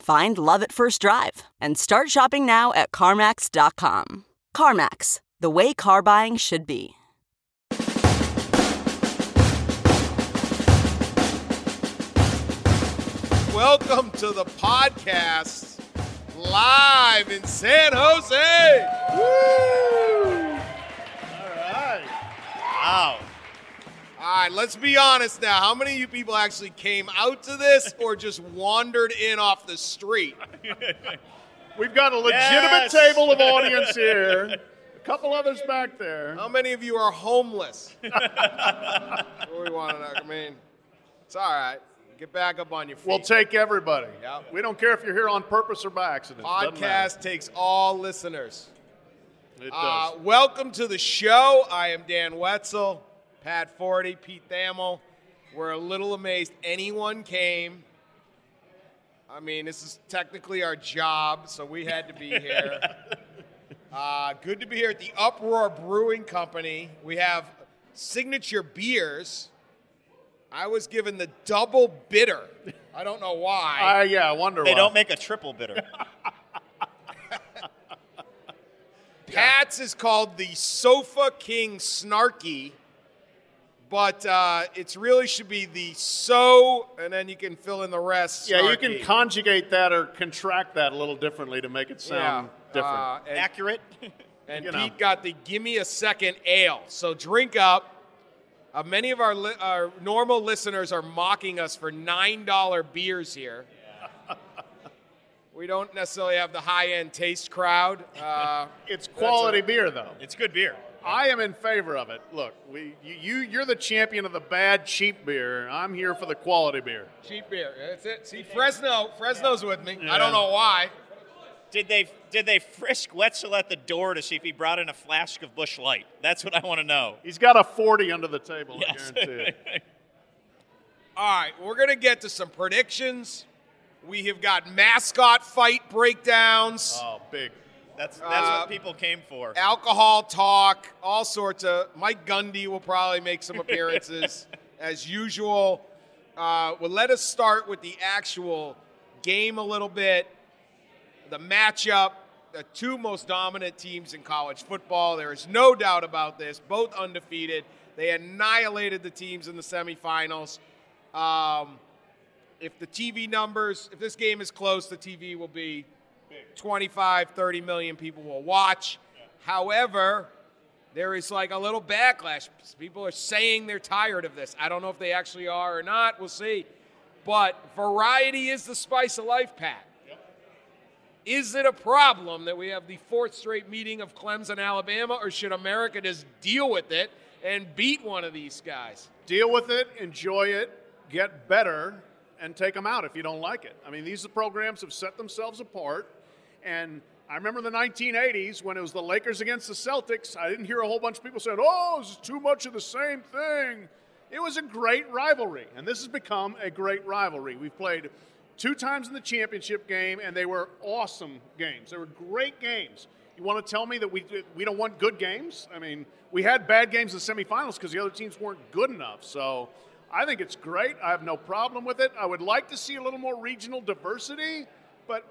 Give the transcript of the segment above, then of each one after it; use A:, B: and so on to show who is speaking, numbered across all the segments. A: Find love at first drive and start shopping now at CarMax.com. CarMax, the way car buying should be.
B: Welcome to the podcast live in San Jose. Woo! All right. Wow. All right, let's be honest now. How many of you people actually came out to this or just wandered in off the street?
C: We've got a legitimate
B: Yes.
C: table of audience here. A couple others back there.
B: How many of you are homeless? what we want to know. I mean, it's all right. Get back up on your feet.
C: We'll take everybody.
B: Yep.
C: We don't care if you're here on purpose or by accident. Doesn't matter.
B: Podcast takes all listeners.
C: It
B: Uh,
C: does.
B: welcome to the show. I am Dan Wetzel, Pat Forty, Pete Thamel. We're a little amazed anyone came. I mean, this is technically our job, so we had to be here. uh, good to be here at the Uproar Brewing Company. We have signature beers. I was given the double bitter. I don't know why.
C: Uh, yeah, I wonder
D: They
C: why.
D: don't make a triple bitter.
B: Pat's is called the Sofa King Snarky, but uh, it's really should be the so, and then you can fill in the rest.
C: yeah, you can
B: Snarky.
C: conjugate that or contract that a little differently to make it sound
B: Yeah,
C: different.
B: uh, and
D: Accurate.
B: and
C: you
B: Pete
C: know.
B: got the give me a second ale. So drink up. Uh, many of our, li- our normal listeners are mocking us for $9 beers here. we don't necessarily have the high end taste crowd. Uh,
C: it's quality beer, though.
D: It's good beer.
C: I am in favor of it. Look, we, you, you, you're the champion of the bad, cheap beer. I'm here for the quality beer.
B: Cheap beer. That's it. See, Fresno. Fresno's with me. I
C: Yeah.
B: don't know why.
D: Did they did they frisk Wetzel at the door to see if he brought in a flask of Bush Light? That's what I want to know.
C: He's got a 40 under the table,
D: Yes.
C: I guarantee it.
B: All right, we're gonna get to some predictions. We have got mascot fight breakdowns,
C: Oh, big.
D: That's that's
B: Uh,
D: what people came for.
B: alcohol talk, all sorts of. Mike Gundy will probably make some appearances as usual. Uh, well, let us start with the actual game a little bit. The matchup, the two most dominant teams in college football. There is no doubt about this. Both undefeated. They annihilated the teams in the semifinals. Um, if the TV numbers, if this game is close, the TV will be 25, 30 million people will watch. However, there is like a little backlash. People are saying they're tired of this. I don't know if they actually are or not. We'll see. But variety is the spice of life, Pat. Is it a problem that we have the fourth straight meeting of Clemson, Alabama, or should America just deal with it and beat one of these guys?
C: deal with it, enjoy it, get better, and take them out if you don't like it. I mean, these programs have set themselves apart. And I remember the 1980s when it was the Lakers against the Celtics. I didn't hear a whole bunch of people saying, oh, this is too much of the same thing. It was a great rivalry, and this has become a great rivalry. We've played two times in the championship game, and they were awesome games. They were great games. You want to tell me that we we don't want good games? I mean, we had bad games in the semifinals because the other teams weren't good enough. So I think it's great. I have no problem with it. I would like to see a little more regional diversity, but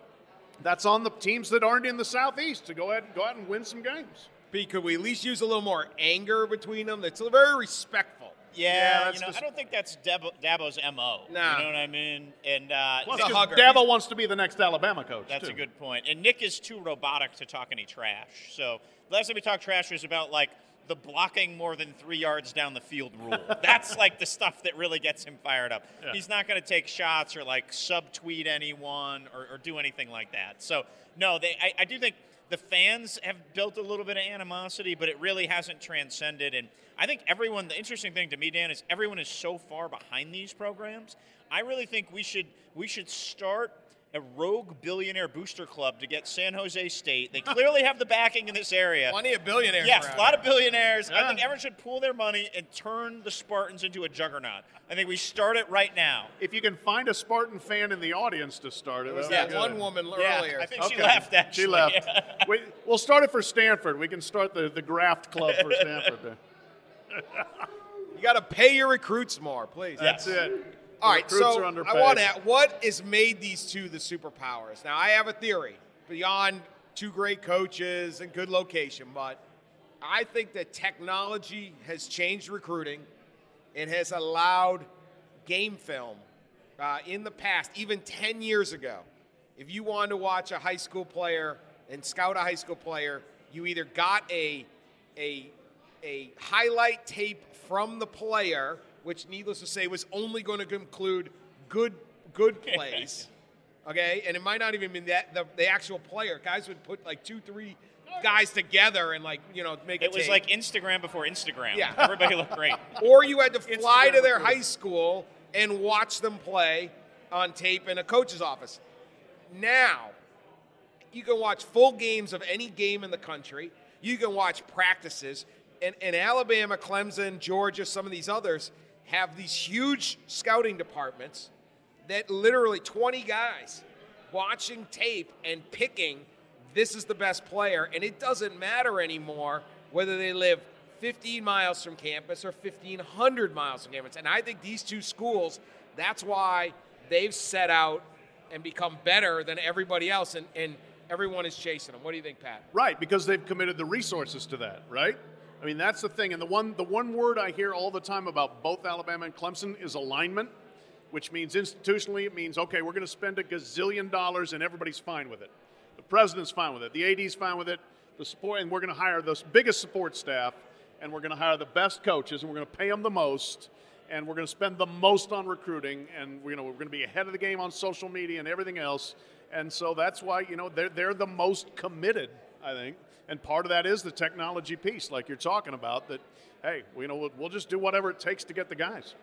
C: that's on the teams that aren't in the southeast to go ahead and go out and win some games.
B: B, could we at least use a little more anger between them? That's very respectful.
D: Yeah,
C: that's
D: you know,
C: just-
D: I don't think that's Dabo, Dabo's mo.
B: Nah.
D: You know what I mean? And uh,
C: Plus,
B: He's a
C: just
B: hugger.
C: Dabo wants to be the next Alabama coach.
D: That's
C: too.
D: a good point. And Nick is too robotic to talk any trash. So last time we talked trash was about like the blocking more than three yards down the field rule. That's like the stuff that really gets him fired up.
C: Yeah.
D: He's not going to take shots or like subtweet anyone or, or do anything like that. So no, they. I, I do think the fans have built a little bit of animosity, but it really hasn't transcended. And I think everyone. The interesting thing to me, Dan, is everyone is so far behind these programs. I really think we should we should start a rogue billionaire booster club to get San Jose State. They clearly have the backing in this area.
B: Plenty of billionaires.
D: Yes,
B: around
D: a lot
B: here.
D: of billionaires. I
C: Yeah.
D: think everyone should pool their money and turn the Spartans into a juggernaut. I think we start it right now.
C: If you can find a Spartan fan in the audience to start it,
B: There was
C: that'd
B: that
C: be good.
B: one woman
D: Yeah,
B: earlier.
D: I think she left. Actually,
C: She left.
D: Yeah.
C: we, we'll start it for Stanford. We can start the, the graft club for Stanford. There.
B: you got to pay your recruits more, please.
C: That's
D: Yes.
C: it.
B: All right,
C: Recruits
B: so
C: are
B: I
C: underpaid.
B: want to. What has made these two the superpowers? Now, I have a theory beyond two great coaches and good location, but I think that technology has changed recruiting and has allowed game film uh, in the past, even 10 years ago. If you wanted to watch a high school player and scout a high school player, you either got a a a highlight tape from the player, which needless to say was only going to include good good plays. Okay, and it might not even been that the, the actual player. Guys would put like two, three guys together and like you know make a
D: It was
B: tape.
D: like Instagram before Instagram.
B: Yeah.
D: Everybody looked great.
B: or you had to fly to their
C: recruiting.
B: high school and watch them play on tape in a coach's office. Now, you can watch full games of any game in the country. You can watch practices. And, and Alabama, Clemson, Georgia, some of these others have these huge scouting departments that literally 20 guys watching tape and picking this is the best player. And it doesn't matter anymore whether they live 15 miles from campus or 1,500 miles from campus. And I think these two schools, that's why they've set out and become better than everybody else. And, and everyone is chasing them. What do you think, Pat?
C: Right, because they've committed the resources to that, right? I mean, that's the thing. And the one, the one word I hear all the time about both Alabama and Clemson is alignment, which means institutionally, it means, okay, we're going to spend a gazillion dollars and everybody's fine with it. The president's fine with it. The AD's fine with it. The support, and we're going to hire the biggest support staff, and we're going to hire the best coaches, and we're going to pay them the most, and we're going to spend the most on recruiting, and we're, you know, we're going to be ahead of the game on social media and everything else. And so that's why, you know, they're, they're the most committed, I think. And part of that is the technology piece, like you're talking about, that, hey, you know, we'll, we'll just do whatever it takes to get the guys.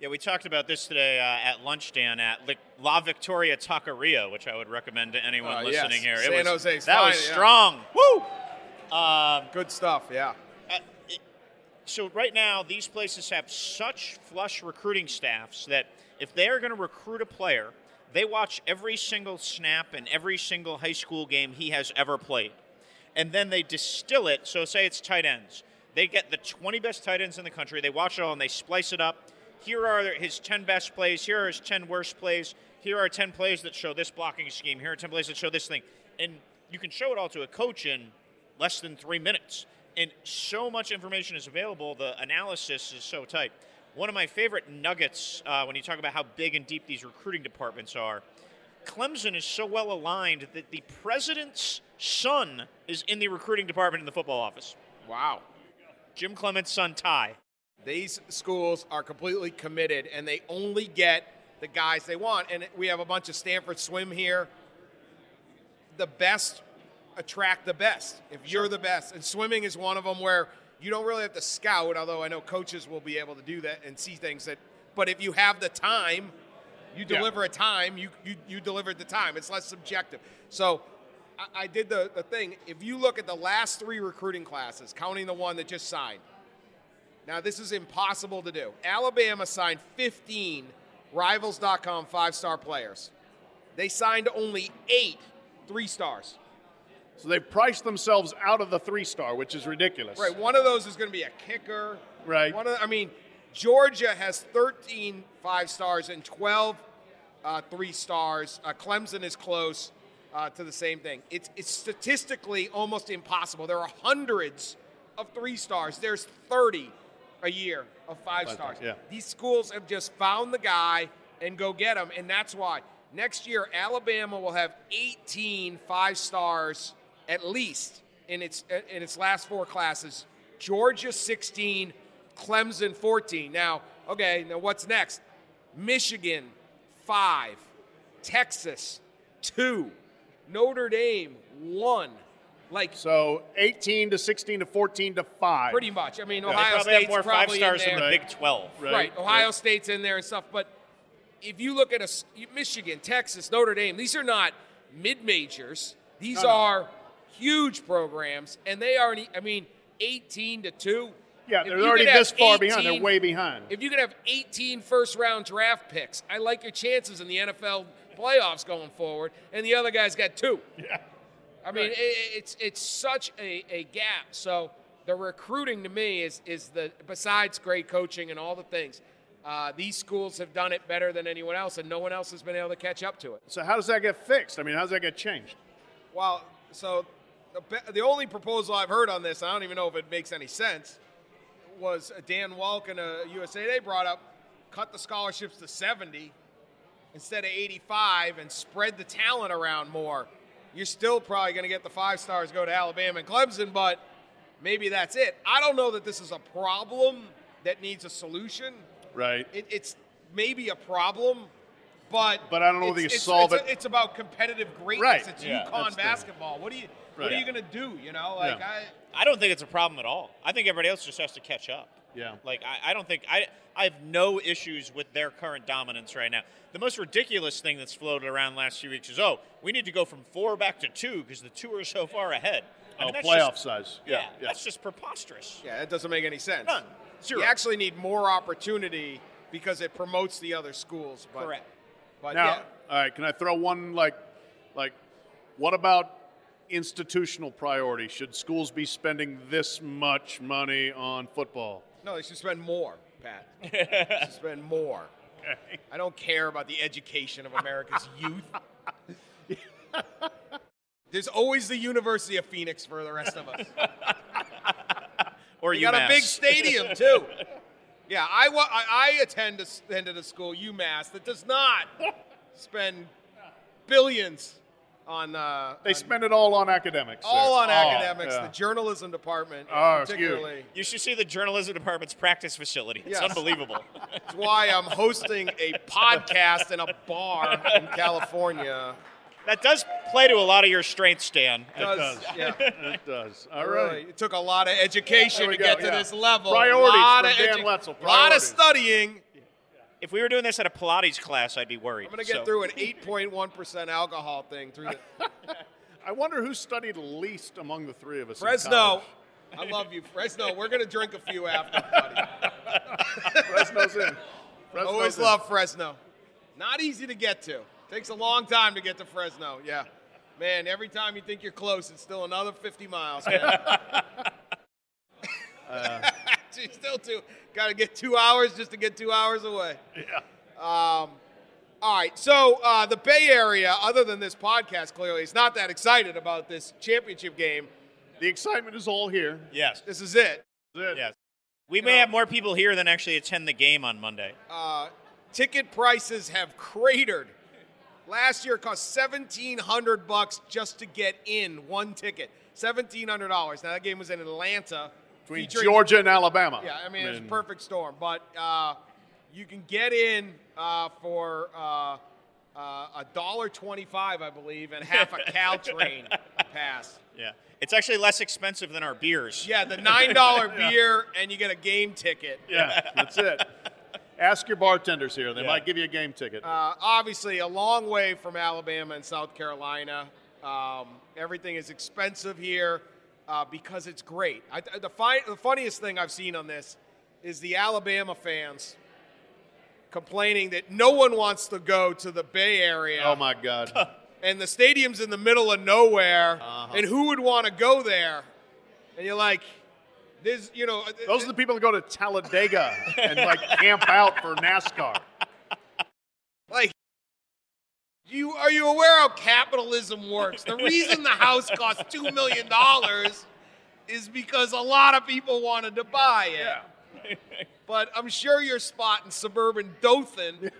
D: Yeah, we talked about this today uh, at lunch, Dan, at Li- La Victoria Taqueria, which I would recommend to anyone
B: Uh, yes.
D: listening here.
B: San
D: was,
B: Jose's
D: that was
B: fine, yeah.
D: strong.
B: Woo!
D: Um,
B: Good stuff, yeah.
D: Uh, it- so right now these places have such flush recruiting staffs that if they are going to recruit a player they watch every single snap and every single high school game he has ever played and then they distill it so say it's tight ends they get the 20 best tight ends in the country they watch it all and they splice it up here are his 10 best plays here are his 10 worst plays here are 10 plays that show this blocking scheme here are 10 plays that show this thing and you can show it all to a coach in less than three minutes. And so much information is available, the analysis is so tight. One of my favorite nuggets uh, when you talk about how big and deep these recruiting departments are Clemson is so well aligned that the president's son is in the recruiting department in the football office.
B: Wow.
D: Jim Clements' son, Ty.
B: These schools are completely committed and they only get the guys they want. And we have a bunch of Stanford swim here. The best attract the best if you're the best. And swimming is one of them where you don't really have to scout, although I know coaches will be able to do that and see things that, but if you have the time, you deliver a time, you, you, you delivered the time. It's less subjective. So I, I did the, the thing. If you look at the last three recruiting classes, counting the one that just signed, now, this is impossible to do. Alabama signed 15 Rivals.com five star players. They signed only eight three stars.
C: So they've priced themselves out of the three star, which is ridiculous.
B: Right, one of those is going to be a kicker.
C: Right.
B: One of, I mean, Georgia has 13 five stars and 12 uh, three stars. Uh, Clemson is close uh, to the same thing. It's, it's statistically almost impossible. There are hundreds of three stars. There's 30 a year of five
C: Five
B: stars.
C: stars, yeah.
B: These schools have just found the guy and go get him, and that's why next year Alabama will have 18 five stars at least in its in its last four classes. Georgia 16, Clemson 14. Now, okay, now what's next? Michigan 5, Texas 2, Notre Dame 1. Like
C: So 18 to 16 to 14 to 5.
B: pretty much. I mean,
D: They
B: Ohio
D: probably
B: State's
D: have more five
B: probably in
D: stars than
B: there.
D: the Big 12.
C: Right.
B: Right. Ohio State's in there and stuff. But if you look at a s- Michigan, Texas, Notre Dame, these are not mid majors. These are huge programs, and they are. e, I mean, eighteen to two.
C: Yeah,
B: If
C: they're
B: you could
C: already
B: have
C: this far behind. They're
B: 18
C: way behind.
B: If you could have 18 first round draft picks, I like your chances in the NFL playoffs going forward, and the other guy's got two.
C: Yeah.
B: I mean, i i- it's it's such a, a gap. So the recruiting to me is is the besides great coaching and all the things, uh, these schools have done it better than anyone else, and no one else has been able to catch up to it.
C: So how does that get fixed? I mean, how does that get changed?
B: Well, so the, be- the only proposal I've heard on this, I don't even know if it makes any sense, was uh, Dan Walk and uh, USA Today brought up cut the scholarships to 70 instead of 85 and spread the talent around more. You're still probably going to get the five stars go to Alabama and Clemson, but maybe that's it. I don't know that this is a problem that needs a solution.
C: Right.
B: It, it's maybe a problem, but
C: But I don't know whether you
B: it's, it's-
C: solve
B: it's,
C: it.
B: It's about competitive greatness.
C: Right.
B: It's
D: Yeah,
C: that's
B: UConn
C: the-
B: basketball. What do you What
C: Right.
B: are you gonna do? You know, like
C: Yeah.
B: I.
D: I don't think it's a problem at all. I think everybody else just has to catch up.
C: Yeah.
D: Like I, I don't think I I have no issues with their current dominance right now. The most ridiculous thing that's floated around last few weeks is oh we need to go from four back to two because the two are so far ahead.
C: Oh,
D: I mean, that's
C: playoff
D: just-
C: size.
D: Yeah,
C: Yeah. yeah.
D: that's just preposterous.
B: Yeah, that doesn't make any sense.
D: None. Zero.
B: You actually need more opportunity because it promotes the other schools. But,
D: Correct.
B: But
C: now,
B: yeah,
C: all right, can I throw one like like what about institutional priority? Should schools be spending this much money on football?
B: no, they should spend more, Pat. they should spend more. I don't care about the education of America's youth. There's always the University of Phoenix for the rest of us.
D: Or
B: You got a
D: UMass.
B: big stadium too. yeah, I, wa- I I attend a, attended a school UMass that does not spend billions on uh,
C: They
B: on-
C: spend it all on academics.
B: all
C: there.
B: on
C: Oh,
B: academics.
C: yeah.
B: The journalism department,
C: Oh, excuse me.
B: particularly,
D: You should see the journalism department's practice facility. It's
B: Yes.
D: unbelievable.
B: it's why I'm hosting a podcast in a bar in California.
D: that does play to a lot of your strengths, Stan.
C: does.
B: Yeah.
C: it does. All
B: Really,
C: right.
B: It took a lot of education
C: There we
B: to get
C: go,
B: to
C: yeah.
B: this level.
C: Priorities
B: a lot
C: from
B: of
C: Dan Wetzel,
B: A lot of
C: priorities.
B: studying.
D: If we were doing this at a Pilates class, I'd be worried.
B: I'm going to get
D: So-
B: through an 8.1% alcohol thing through the.
C: I wonder who studied least among the three of us. in
B: Fresno.
C: college.
B: I love you, Fresno. We're gonna drink a few after. Buddy.
C: Fresno's in. Fresno's
B: Always
C: in.
B: love Fresno. Not easy to get to. Takes a long time to get to Fresno. Yeah, man. Every time you think you're close, it's still another 50 miles. Man. So you still two. Got to get two hours just to get two hours away. Yeah. Um, all right. So uh, the Bay Area, other than this podcast, clearly, is not that excited about this championship game.
C: The excitement is all here.
D: Yes.
B: This is it.
C: That's it.
D: Yes. We may have more people here than actually attend the game on Monday.
B: uh, ticket prices have cratered. Last year it cost seventeen hundred bucks just to get in one ticket. Seventeen hundred dollars. Now that game was in Atlanta.
C: Between
B: featuring-
C: Georgia and Alabama.
B: Yeah, I mean it was a perfect storm. But uh, you can get in uh, for a uh, uh, dollar twenty-five, I believe, and half a Caltrain pass.
D: Yeah. It's actually less expensive than our beers.
B: Yeah, the nine dollar beer, and you get a game ticket.
C: Yeah, that's it. Ask your bartenders here. They
D: Yeah.
C: might give you a game ticket.
B: Uh, obviously, a long way from Alabama and South Carolina. Um, everything is expensive here uh, because it's great. I, the, fi- the funniest thing I've seen on this is the Alabama fans complaining that no one wants to go to the Bay Area
C: Oh, my God.
B: and the stadium's in the middle of nowhere,
C: Uh-huh.
B: and who would want to go there? And you're like, there's, you know, uh,
C: Those are the people that go to Talladega and like camp out for NASCAR.
B: Like, you are you aware how capitalism works? The reason the house costs two million dollars is because a lot of people wanted to buy it. but I'm sure your spot in suburban Dothan.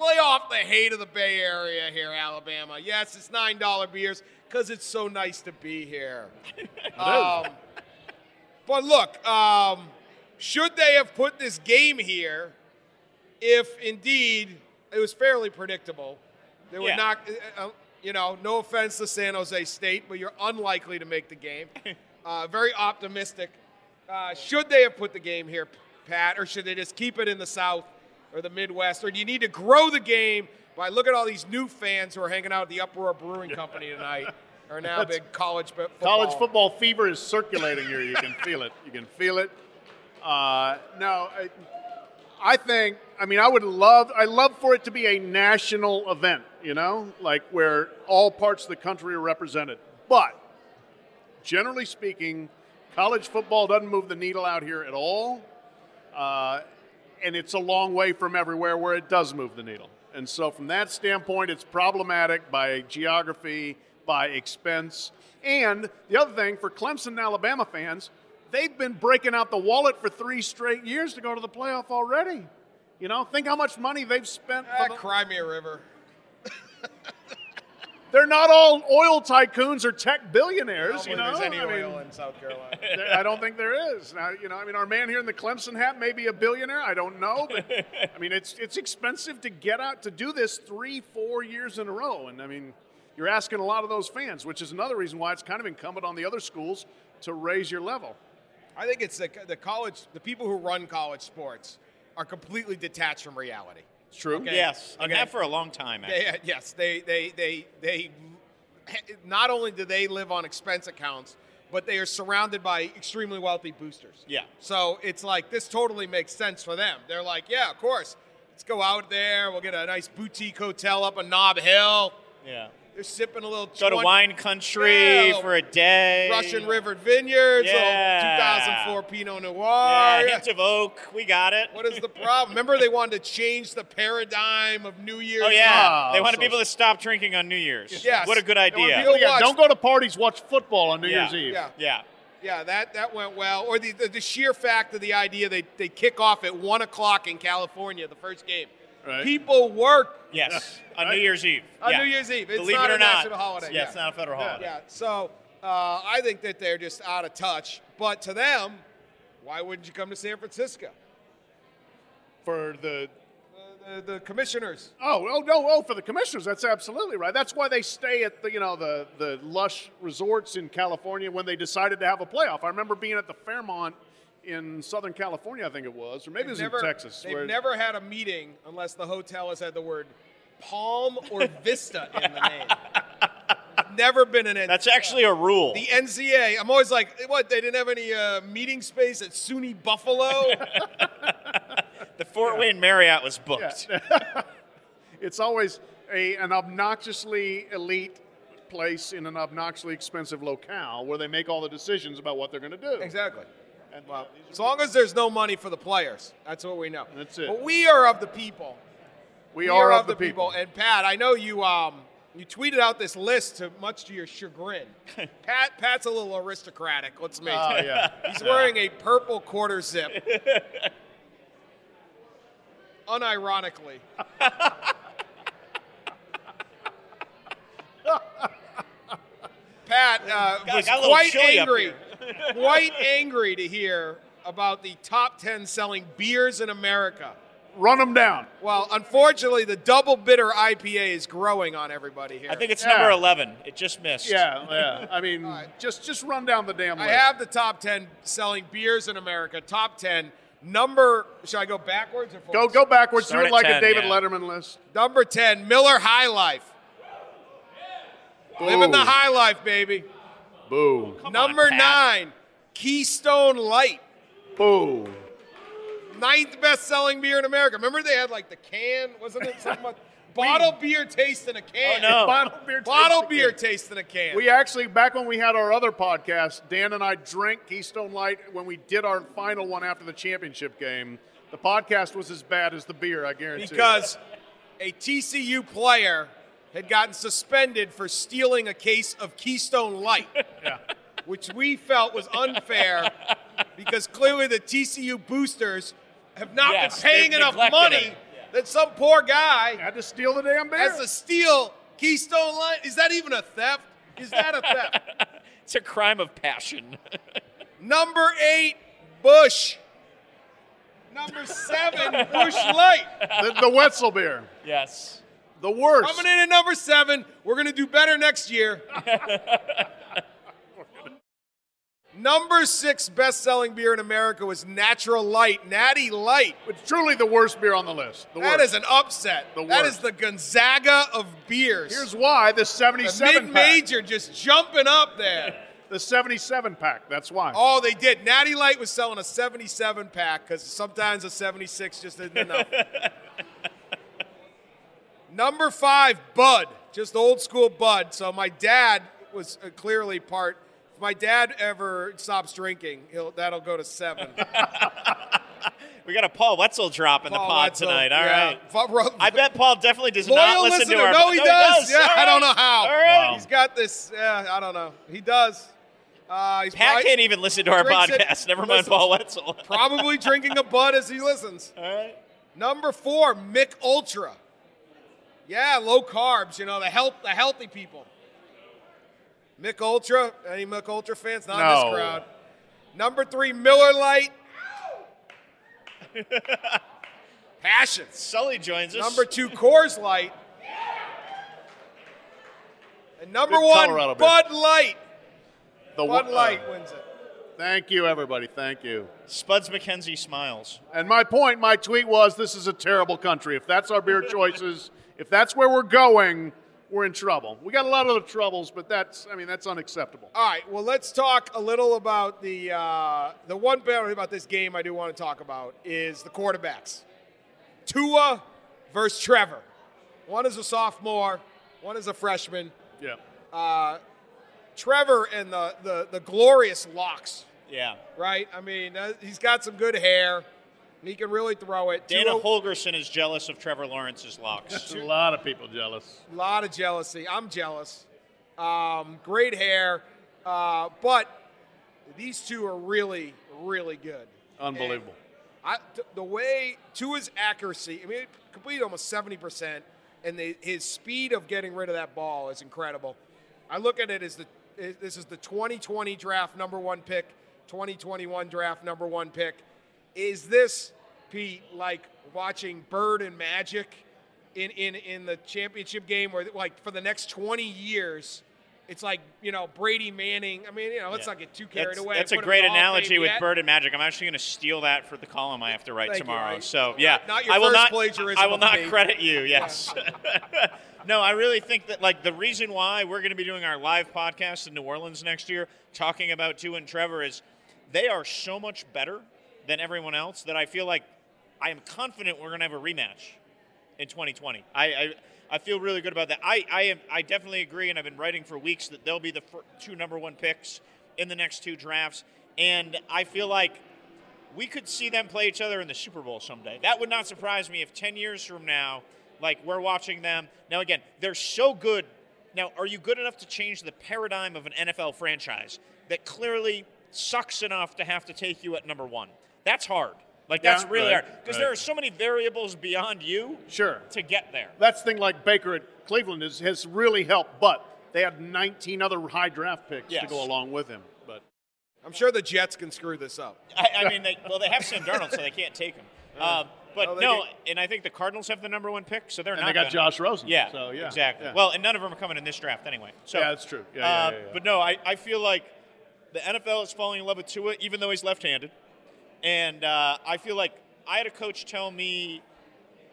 B: Lay off the hate of the Bay Area here, Alabama. Yes, it's nine dollar beers because it's so nice to be here. um, but look, um, should they have put this game here? If indeed it was fairly predictable, they would
D: Yeah.
B: not. uh, uh, You know, no offense to San Jose State, but you're unlikely to make the game. Uh, very optimistic. Uh, should they have put the game here, Pat, or should they just keep it in the South or the Midwest? Or do you need to grow the game by look at all these new fans who are hanging out at the Uproar Brewing Company tonight? Are now
C: That's-
B: big college fo- football.
C: College football fever is circulating here. You can feel it. You can feel it. Uh, no, I, I think. I mean, I would love. I love for it to be a national event. You know, like where all parts of the country are represented. But generally speaking, college football doesn't move the needle out here at all. Uh, and it's a long way from everywhere where it does move the needle. And so, from that standpoint, it's problematic by geography, by expense. And the other thing for Clemson and Alabama fans, they've been breaking out the wallet for three straight years to go to the playoff already. You know, think how much money they've spent.
B: Ah,
C: For the-
B: cry me a river.
C: They're not all oil tycoons or tech billionaires.
B: I
C: you
B: don't
C: know,
B: believe there's any
C: I mean,
B: oil in South Carolina.
C: there, I don't think there is. Now, you know, I mean, our man here in the Clemson hat may be a billionaire. I don't know, but I mean, it's it's expensive to get out to do this three, four years in a row, and I mean, you're asking a lot of those fans, which is another reason why it's kind of incumbent on the other schools to raise your level.
B: I think it's the, the college, the people who run college sports are completely detached from reality.
C: It's true.
D: Yes, and
B: Okay.
D: have for a long time. Actually.
B: They, yes, they, they, they, they, not only do they live on expense accounts, but they are surrounded by extremely wealthy boosters.
D: Yeah.
B: So it's like, this totally makes sense for them. They're like, yeah, of course. Let's go out there. We'll get a nice boutique hotel up on Knob Hill.
D: yeah.
B: They're sipping a little
D: Go to
B: 20
D: wine country
B: Yeah.
D: for a day.
B: Russian River Vineyards, oh, little
D: Yeah.
B: 2004 Pinot Noir.
D: Yeah, hints of oak. We got it.
B: What is the problem? Remember, they wanted to change the paradigm of New Year's.
D: Oh yeah,
C: Oh,
D: they wanted
C: so-
D: people to stop drinking on New Year's.
B: Yes.
D: What a good
B: They want
D: idea.
B: people-
C: Yeah,
B: Watch-
C: don't go to parties. Watch football on New
D: Yeah.
C: Year's Eve.
B: Yeah,
D: yeah.
B: yeah, that that went well. Or the, the, the sheer fact of the idea they they kick off at one o'clock in California, the first game.
C: Right.
B: People work
D: Yes. on New Year's Eve.
B: on
D: Yeah.
B: New Year's Eve. It's
D: Believe
B: not
D: it or
B: a
D: not.
B: national holiday.
D: Yeah, it's not a federal holiday.
B: Yeah, so uh, I think that they're just out of touch. But to them, why wouldn't you come to San Francisco?
C: For
B: The,
C: the
B: the, the commissioners.
C: Oh, oh no, oh for the commissioners, that's absolutely right. That's why they stay at the you know the the lush resorts in California when they decided to have a playoff. I remember being at the Fairmont in Southern California, I think it was, or maybe it was in Texas.
B: They've
C: where-
B: never had a meeting unless the hotel has had the word Palm or Vista in the name. never been an. N-
D: That's actually a rule.
B: the NCA. I'm always like, what? They didn't have any uh, meeting space at SUNY Buffalo.
D: The Fort Wayne Marriott was booked.
C: it's always a an obnoxiously elite place in an obnoxiously expensive locale where they make all the decisions about what they're going to do.
B: exactly.
C: And, uh,
B: Well,
C: these are-
B: as long as there's no money for the players, that's what we know.
C: That's it.
B: But we are of the people.
C: we, are, of the people.
B: And Pat, I know you um, you tweeted out this list to much to your chagrin. Pat Pat's a little aristocratic. Let's make
C: Oh,
B: it.
C: yeah.
B: He's wearing a purple quarter zip. Unironically. Pat uh,
D: Got-
B: was
D: got a little
B: quite
D: chilly up
B: angry, quite angry to hear about the top 10 selling beers in America.
C: Run them down.
B: Well, unfortunately, the double bitter IPA is growing on everybody here.
D: I think it's
C: Yeah.
D: number 11. It just missed.
C: Yeah, yeah. I mean, just just run down the damn
B: I
C: list.
B: have the top 10 selling beers in America. Top 10. Number, shall I go backwards or
C: Go
B: forwards?
C: go backwards.
D: Start
C: Do
D: at
C: it like
D: 10,
C: a David
D: yeah.
C: Letterman list.
B: Number 10, Miller High Life. Living the
C: Boo.
B: high life, baby.
C: Boo.
D: on,
B: Number
D: Pat.
B: 9, Keystone Light.
C: Boo.
B: Ninth best selling beer in America. Remember they had like the can, wasn't it? Something about bottle beer taste in a can.
D: Oh, no.
C: Bottle beer.
B: Bottle
C: tasting
B: beer
C: game.
B: taste in a can.
C: we actually back when we had our other podcast, Dan and I drank Keystone Light when we did our final one after the championship game. The podcast was as bad as the beer, I guarantee.
B: because a TCU player had gotten suspended for stealing a case of Keystone Light, which we felt was unfair because clearly the TCU boosters have not
E: Yes,
B: been paying
E: they've
B: enough
E: neglected
B: money
E: him. Yeah.
B: that some poor guy
C: Had to steal the damn beer.
B: has to steal Keystone Line. Is that even a theft? Is that a theft?
E: It's a crime of passion.
B: Number eight, Bush. Number seven, Bush Light.
C: the, the Wetzel beer.
E: yes.
C: The worst.
B: Coming in at number seven. We're going to do better next year. number six best selling beer in America was Natural Light, Natty Light.
C: It's truly the worst beer on the list. The
B: That
C: worst.
B: is an upset.
C: The
B: That
C: worst.
B: is the Gonzaga of beers.
C: Here's why the
B: the
C: 77
B: mid
C: pack.
B: major just jumping up there.
C: The 77 pack. That's why.
B: Oh, they did. Natty Light was selling a 77 pack because sometimes a 76 just isn't enough. Number five, Bud. Just old school Bud. So my dad was uh, clearly part. If my dad ever stops drinking, he'll, that'll go to seven.
D: We got a Paul Wetzel drop in the
B: Paul
D: pod
B: Wetzel,
D: tonight. All
B: yeah.
D: right.
B: Fu- ro-
D: I bet Paul definitely does
B: Loyal
D: not listen
B: listener.
D: to our.
B: no, he does. Yeah,
D: All
B: I don't
D: right.
B: know how.
D: All right.
B: He's got this. Yeah, I don't know. He does. Uh, he's
D: Pat
B: probably-
D: can't even listen to our
B: Drinks it,
D: podcast. Never mind
B: listens.
D: Paul Wetzel.
B: probably drinking a bud as he listens.
D: All right.
B: Number four, Mick Ultra. Yeah, low carbs. You know the health, the healthy people. Mick Ultra. Any Mick Ultra fans? Not in
C: No.
B: this crowd. Number three, Miller Lite. Passions.
D: Sully joins us.
B: Number two, Coors Light. And number
C: Good
B: one,
C: Colorado beer.
B: Bud Light.
C: the
B: Bud
C: wo-
B: Light
C: uh,
B: wins it.
C: thank you, everybody. Thank you.
D: Spuds McKenzie smiles.
C: And my point, my tweet was this is a terrible country. If that's our beer choices, if that's where we're going, we're in trouble. We got a lot of other troubles, but that's, I mean, that's unacceptable.
B: All right. Well, let's talk a little about the uh, the one part about this game I do want to talk about is the quarterbacks. Tua versus Trevor. One is a sophomore. One is a freshman.
C: Yeah.
B: Trevor and the the, the glorious locks.
D: Yeah.
B: Right. I mean, uh, he's got some good hair. He can really throw it.
D: Dana
B: Tua-
D: Holgerson is jealous of Trevor Lawrence's locks.
C: There's a lot of people jealous.
B: A lot of jealousy. I'm jealous. Um, great hair, uh, but these two are really, really good.
C: Unbelievable.
B: And I, th- the way to his accuracy, I mean, completed almost seventy percent, and the, his speed of getting rid of that ball is incredible. I look at it as the i- this is the 2020 draft number one pick, 2021 draft number one pick. Is this Pete like watching Bird and Magic? in, in, in the championship game where like for the next 20 years it's like you know Brady Manning. I mean, you know, let's not get too carried
D: that's,
B: away.
D: that's a
B: Put him in
D: great
B: the Hall of
D: analogy
B: Fame
D: with
B: yet.
D: Bird and Magic. I'm actually going to steal that for the column I have to write
B: Thank you,
D: tomorrow.
B: right.
D: So
B: Not-
D: yeah,
B: not your
D: I will
B: first
D: not.
B: plagiarism
D: I will
B: of
D: not
B: me.
D: credit you. Yes. no, I really think that like the reason why we're going to be doing our live podcast in New Orleans next year, talking about Tua and Trevor, is they are so much better than everyone else that I feel like I am confident we're going to have a rematch in 2020. I, I I feel really good about that. I I am I definitely agree, and I've been writing for weeks that they'll be the fir- two number one picks in the next two drafts, and I feel like we could see them play each other in the Super Bowl someday. That would not surprise me if 10 years from now, like we're watching them. Now, again, they're so good. Now, are you good enough to change the paradigm of an NFL franchise that clearly sucks enough to have to take you at number one? That's hard. Like, that's
C: Yeah,
D: really
C: right,
D: hard. Because
C: right.
D: there are so many variables beyond you
C: Sure.
D: to get there.
C: That's the thing like Baker at Cleveland is, has really helped, but they had 19 other high draft picks to
D: Yes.
C: go along with him. But
B: I'm sure the Jets can screw this up.
D: I, I mean, they, well, they have Sam Darnold, so they can't take him. Um, but
B: No,
D: no,
B: they get-
D: and I think the Cardinals have the number one pick, so they're
C: and
D: not.
C: they got
D: gonna-
C: Josh Rosen.
D: Yeah,
C: So yeah.
D: exactly.
C: yeah.
D: Well, and none of them are coming in this draft anyway. So
C: Yeah, that's true. Yeah, yeah,
D: uh,
C: yeah, yeah.
D: But no, I, I feel like the NFL is falling in love with Tua, even though he's left-handed, and uh, I feel like I had a coach tell me,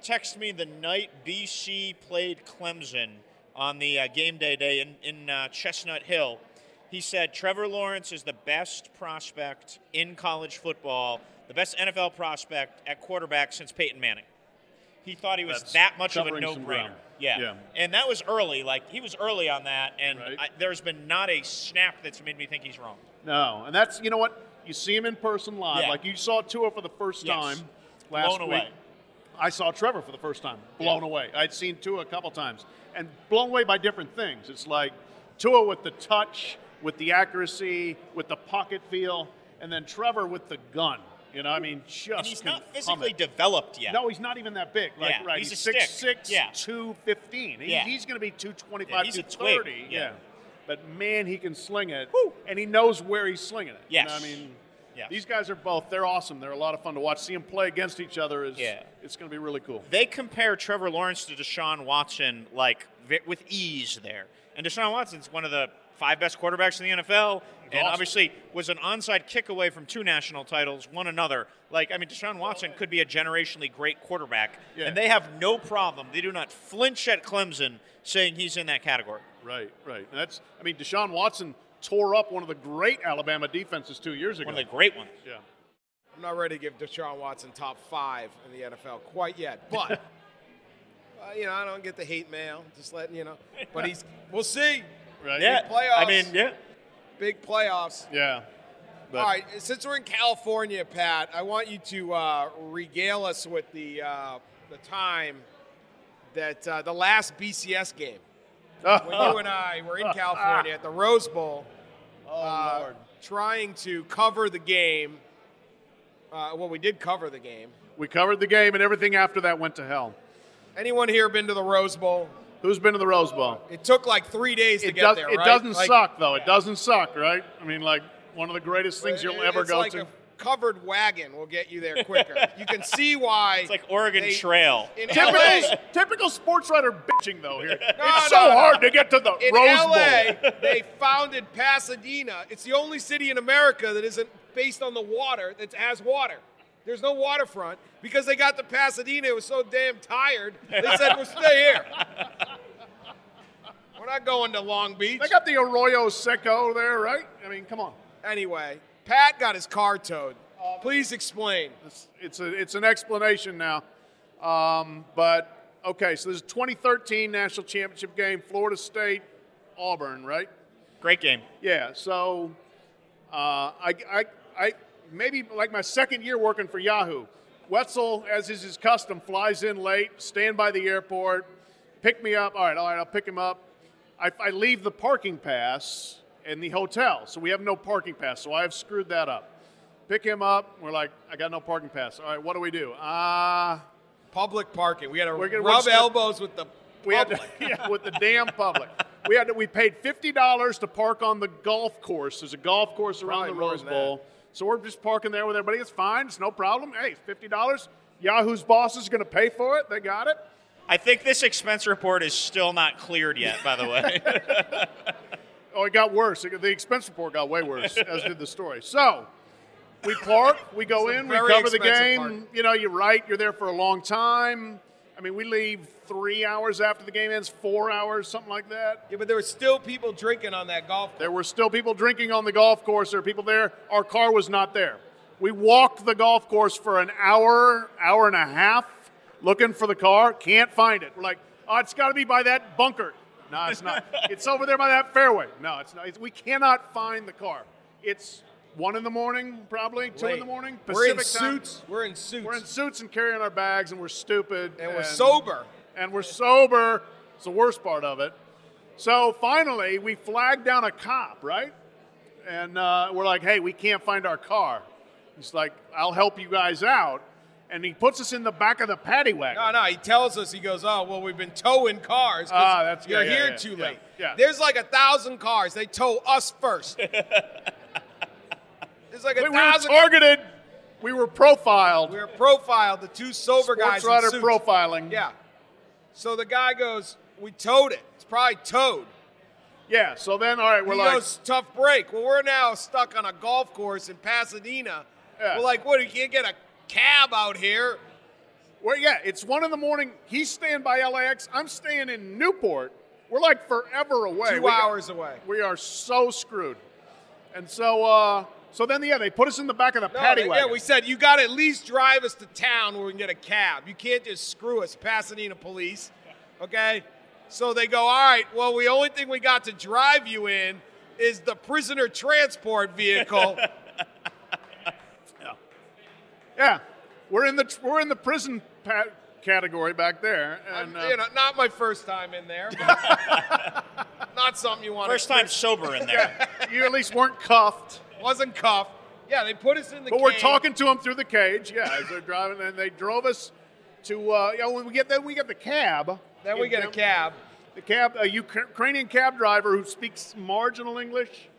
D: text me the night BC played Clemson on the uh, game day day in in uh, Chestnut Hill. He said Trevor Lawrence is the best prospect in college football, the best NFL prospect at quarterback since Peyton Manning. He thought he was
C: That's
D: that much of a
C: covering some
D: no-brainer.
C: ground.
D: Yeah.
C: Yeah.
D: and that was early. Like he was early on that, and
C: Right.
D: I, there's been not a snap that's made me think he's wrong.
C: No, and that's you know what you see him in person live.
D: Yeah.
C: Like you saw Tua for the first
D: Yes.
C: time last
D: Blown
C: week.
D: away.
C: I saw Trevor for the first time, blown away. I'd seen Tua a couple times, and blown away by different things. It's like Tua with the touch, with the accuracy, with the pocket feel. and then Trevor with the gun. You know, I mean, just
D: And he's
C: can
D: not
C: hum
D: physically
C: it.
D: developed yet.
C: No, he's not even that big. Like,
D: Yeah,
C: right,
D: he's
C: he's,
D: a
C: six
D: stick.
C: six,
D: Yeah.
C: two fifteen. He,
D: Yeah.
C: He's going to be two twenty
D: Yeah,
C: five,
D: he's
C: two
D: a twig.
C: thirty.
D: Yeah.
C: but man, he can sling it, and he knows where he's slinging it. You know,
D: Yes.
C: I mean,
D: Yes.
C: these guys are both. They're awesome. They're a lot of fun to watch. See them play against each other is.
D: Yeah.
C: It's going to be really cool.
D: They compare Trevor Lawrence to Deshaun Watson like vi- with ease there. And Deshaun Watson's one of the five best quarterbacks in the NFL, and
C: awesome.
D: obviously was an onside kick away from two national titles, one another. Like I mean, Deshaun Watson could be a generationally great quarterback,
C: Yeah.
D: and they have no problem. They do not flinch at Clemson, saying he's in that category.
C: Right, right. And that's. I mean, Deshaun Watson tore up one of the great Alabama defenses two years ago.
D: One of the great ones.
C: yeah.
B: I'm not ready to give Deshaun Watson top five in the NFL quite yet, but uh, you know I don't get the hate mail. Just letting you know, but he's we'll see.
C: Right.
B: Big playoffs.
D: I mean, yeah.
B: Big playoffs.
C: Yeah. But
B: All right, since we're in California, Pat, I want you to uh, regale us with the uh, the time that uh, the last BCS game when you and I were in California at the Rose Bowl,
C: Ah. Oh
B: uh,
C: Lord.
B: trying to cover the game. Uh, well, we did cover the game.
C: We covered the game, and everything after that went to hell.
B: Anyone here been to the Rose Bowl?
C: Who's been to the Rose Bowl?
B: It took like three days to
C: It,
B: get
C: does,
B: there.
C: it
B: right?
C: doesn't
B: Like,
C: suck, though. It doesn't suck, right? I mean, like one of the greatest things
B: it-
C: you'll ever
B: it's
C: go
B: like
C: to.
B: A covered wagon will get you there quicker. you can see why.
D: It's like Oregon
B: they-
D: Trail.
B: In LA,
C: Typical, typical sports writer bitching, though. Here, it's so
B: no, no.
C: hard to get to the
B: in
C: Rose
B: LA,
C: Bowl.
B: they founded Pasadena. It's the only city in America that isn't based on the water that has water. There's no waterfront because they got to Pasadena. It was so damn tired. They said, "We'll stay here. We're not going to Long Beach."
C: They got the Arroyo Seco there, right? I mean, come on.
B: anyway, Pat got his car towed. Please explain.
C: It's it's, a, it's an explanation now. Um, but okay, so this is 2013 national championship game, Florida State, Auburn, right?
D: Great game.
C: Yeah, so uh, I, I, I maybe like my second year working for Yahoo. Wetzel, as is his custom, flies in late, stand by the airport, pick me up. All right, all right, I'll pick him up. I, I leave the parking pass in the hotel, so we have no parking pass. So I've screwed that up. Pick him up. We're like, I got no parking pass. All right, what do we do? Uh,
B: Public parking. We had to
C: We're gonna-
B: rub
C: we're-
B: elbows with the
C: we had to,
B: public.
C: yeah, with the damn public. We had to, we paid fifty dollars to park on the golf course. There's a golf course around
B: Probably
C: the
B: more
C: Rose
B: than
C: Bowl, so we're just parking there with everybody. It's fine. It's no problem. Hey, fifty dollars. Yahoo's boss is going to pay for it. They got it.
D: I think this expense report is still not cleared yet. By the way,
C: Oh, it got worse. It- the expense report got way worse, as did the story. So we park, we go
B: It's a
C: in, we
B: very
C: cover the
B: expensive
C: game.
B: park.
C: You know, you're right. You're there for a long time. I mean, we leave three hours after the game ends, four hours, something like that.
B: yeah, but there were still people drinking on that golf course.
C: There were still people drinking on the golf course. There were people there. Our car was not there. We walked the golf course for an hour, hour and a half, looking for the car. Can't find it. We're like, oh, it's got to be by that bunker. No, it's not. it's over there by that fairway. No, it's not. It's, we cannot find the car. It's one in the morning, probably two in
B: Late.
C: the morning.
B: We're in
C: Pacific time.
B: suits. We're in suits.
C: We're in suits and carrying our bags, and we're stupid.
B: and we're sober.
C: and we're sober. It's the worst part of it. So finally, we flagged down a cop, right? And uh, we're like, hey, we can't find our car. He's like, I'll help you guys out. And he puts us in the back of the paddy wagon.
B: No, no. He tells us. He goes, "Oh, well, we've been towing cars. 'cause
C: Ah, that's-
B: you're
C: yeah, yeah,
B: here
C: yeah,
B: too
C: yeah,
B: late.
C: yeah.
B: There's like a thousand cars. They tow us first. There's like a
C: we, we were
B: thousand.
C: targeted. We were profiled.
B: we were profiled. The two sober guys.
C: Sports
B: in
C: writer
B: suits.
C: profiling.
B: Yeah. So the guy goes, "We towed it. It's probably towed."
C: Yeah. So then, all right, we're
B: he
C: like,
B: goes, "Tough break." Well, we're now stuck on a golf course in Pasadena.
C: Yeah.
B: We're like, "What? You can't get a cab out here."
C: Well, yeah, it's one in the morning. He's staying by LAX. I'm staying in Newport. We're like forever away.
B: Two
C: We got-
B: hours away.
C: We are so screwed. And so, uh, so then, yeah, they put us in the back of the
B: No,
C: paddy
B: they-
C: wagon.
B: Yeah, we said you got to at least drive us to town where we can get a cab. You can't just screw us, Pasadena police. Okay? So they go, all right, well, the only thing we got to drive you in is the prisoner transport vehicle.
C: yeah, we're in the we're in the prison pa- category back there.
B: And,
C: And uh,
B: you know, not my first time in there. not something you want
D: first
B: to.
D: time sober in there.
C: you at least weren't cuffed.
B: Wasn't cuffed. Yeah, they put us in the.
C: But we're
B: cage.
C: talking to them through the cage, yeah, as they're driving, and they drove us to. Uh, yeah, when we get then we get the cab.
B: Then we get a cab.
C: The cab, a Ukra- Ukrainian cab driver who speaks marginal English,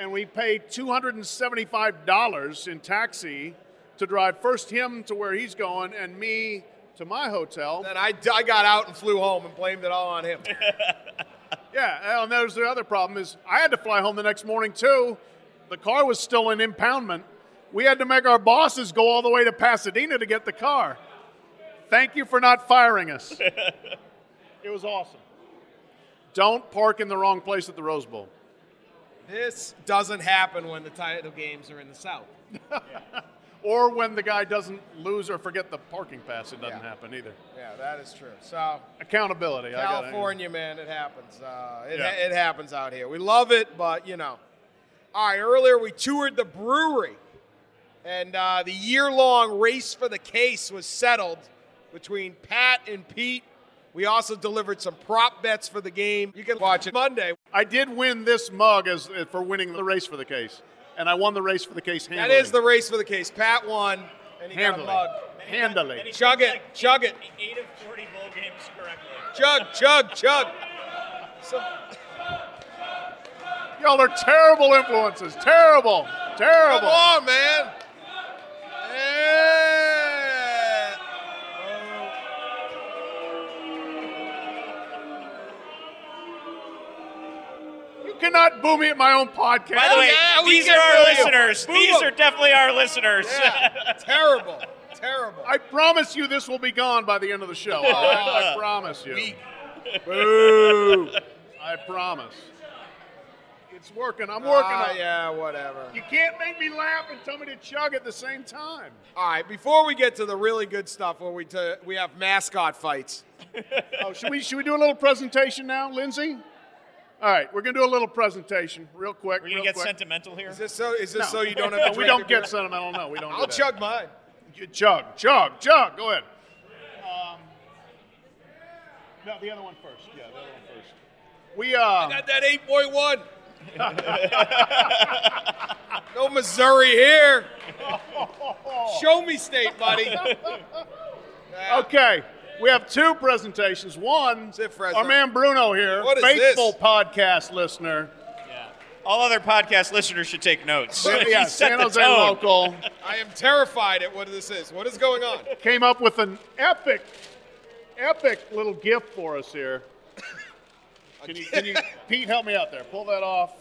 C: and we pay two hundred and seventy-five dollars in taxi to drive first him to where he's going, and me to my hotel.
B: Then I, I got out and flew home and blamed it all on him.
C: Yeah, and there's the other problem is I had to fly home the next morning too. The car was still in impoundment. We had to make our bosses go all the way to Pasadena to get the car. Thank you for not firing us. it was awesome. Don't park in the wrong place at the Rose Bowl.
B: this doesn't happen when the title games are in the South.
C: Or when the guy doesn't lose or forget the parking pass, it doesn't
B: Yeah.
C: happen either.
B: Yeah, that is true. So
C: Accountability. I gotta-
B: California, man, it happens. Uh, it,
C: Yeah.
B: it happens out here. We love it, but you know. All right, earlier we toured the brewery, and uh, the year-long race for the case was settled between Pat and Pete. We also delivered some prop bets for the game. You can watch it Monday.
C: I did win this mug as uh, for winning the race for the case, and I won the race for the case.
B: That
C: handily.
B: is the race for the case. Pat won, and he
C: handily.
B: got a mug.
C: Handily.
B: Chug it, chug it.
E: Eight of 40 bowl games correctly.
B: Chug, chug, chug. So,
C: Y'all are terrible influences. Terrible.
B: come
C: Terrible.
B: on, man. Yeah. Oh.
C: You cannot boo me at my own podcast.
E: By the way,
B: Yeah, we
E: these
B: can
E: are our
B: boo you.
E: listeners.
B: Boo
E: these
B: them.
E: are definitely our listeners.
B: Yeah, terrible, terrible.
C: I promise you this will be gone by the end of the show. all right? I promise you.
B: Weak.
C: Boo. I promise. It's working. I'm working
B: Ah,
C: on it.
B: yeah, whatever.
C: You can't make me laugh and tell me to chug at the same time.
B: All right, before we get to the really good stuff, where we t- we have mascot fights.
C: Oh, should we should we do a little presentation now, Lindsay? All right, we're gonna do a little presentation real quick.
E: We're going
C: real
E: to get
C: quick.
E: sentimental here.
B: Is this so? Is this
C: No.
B: so you don't have to?
C: we
B: drink
C: don't
B: the beer?
C: get sentimental. No, we don't. do
B: I'll
C: that.
B: chug mine.
C: You Chug, chug, chug. Go ahead. Um, no, the other one first. Yeah, the other one first. We uh,
B: Got that eight point one. no Missouri here. Show me state, buddy. Yeah.
C: okay. We have two presentations. One,
B: it, Fresno.
C: our man Bruno here,
B: What is
C: faithful
B: this?
C: podcast listener.
E: All other podcast listeners should take notes.
C: yeah,
E: He set
C: San
E: the
C: Jose
E: tone.
C: local
B: I am terrified at what this is. What is going on?
C: came up with an epic, epic little gift for us here. Can you, can you, Pete, help me out there? Pull that off.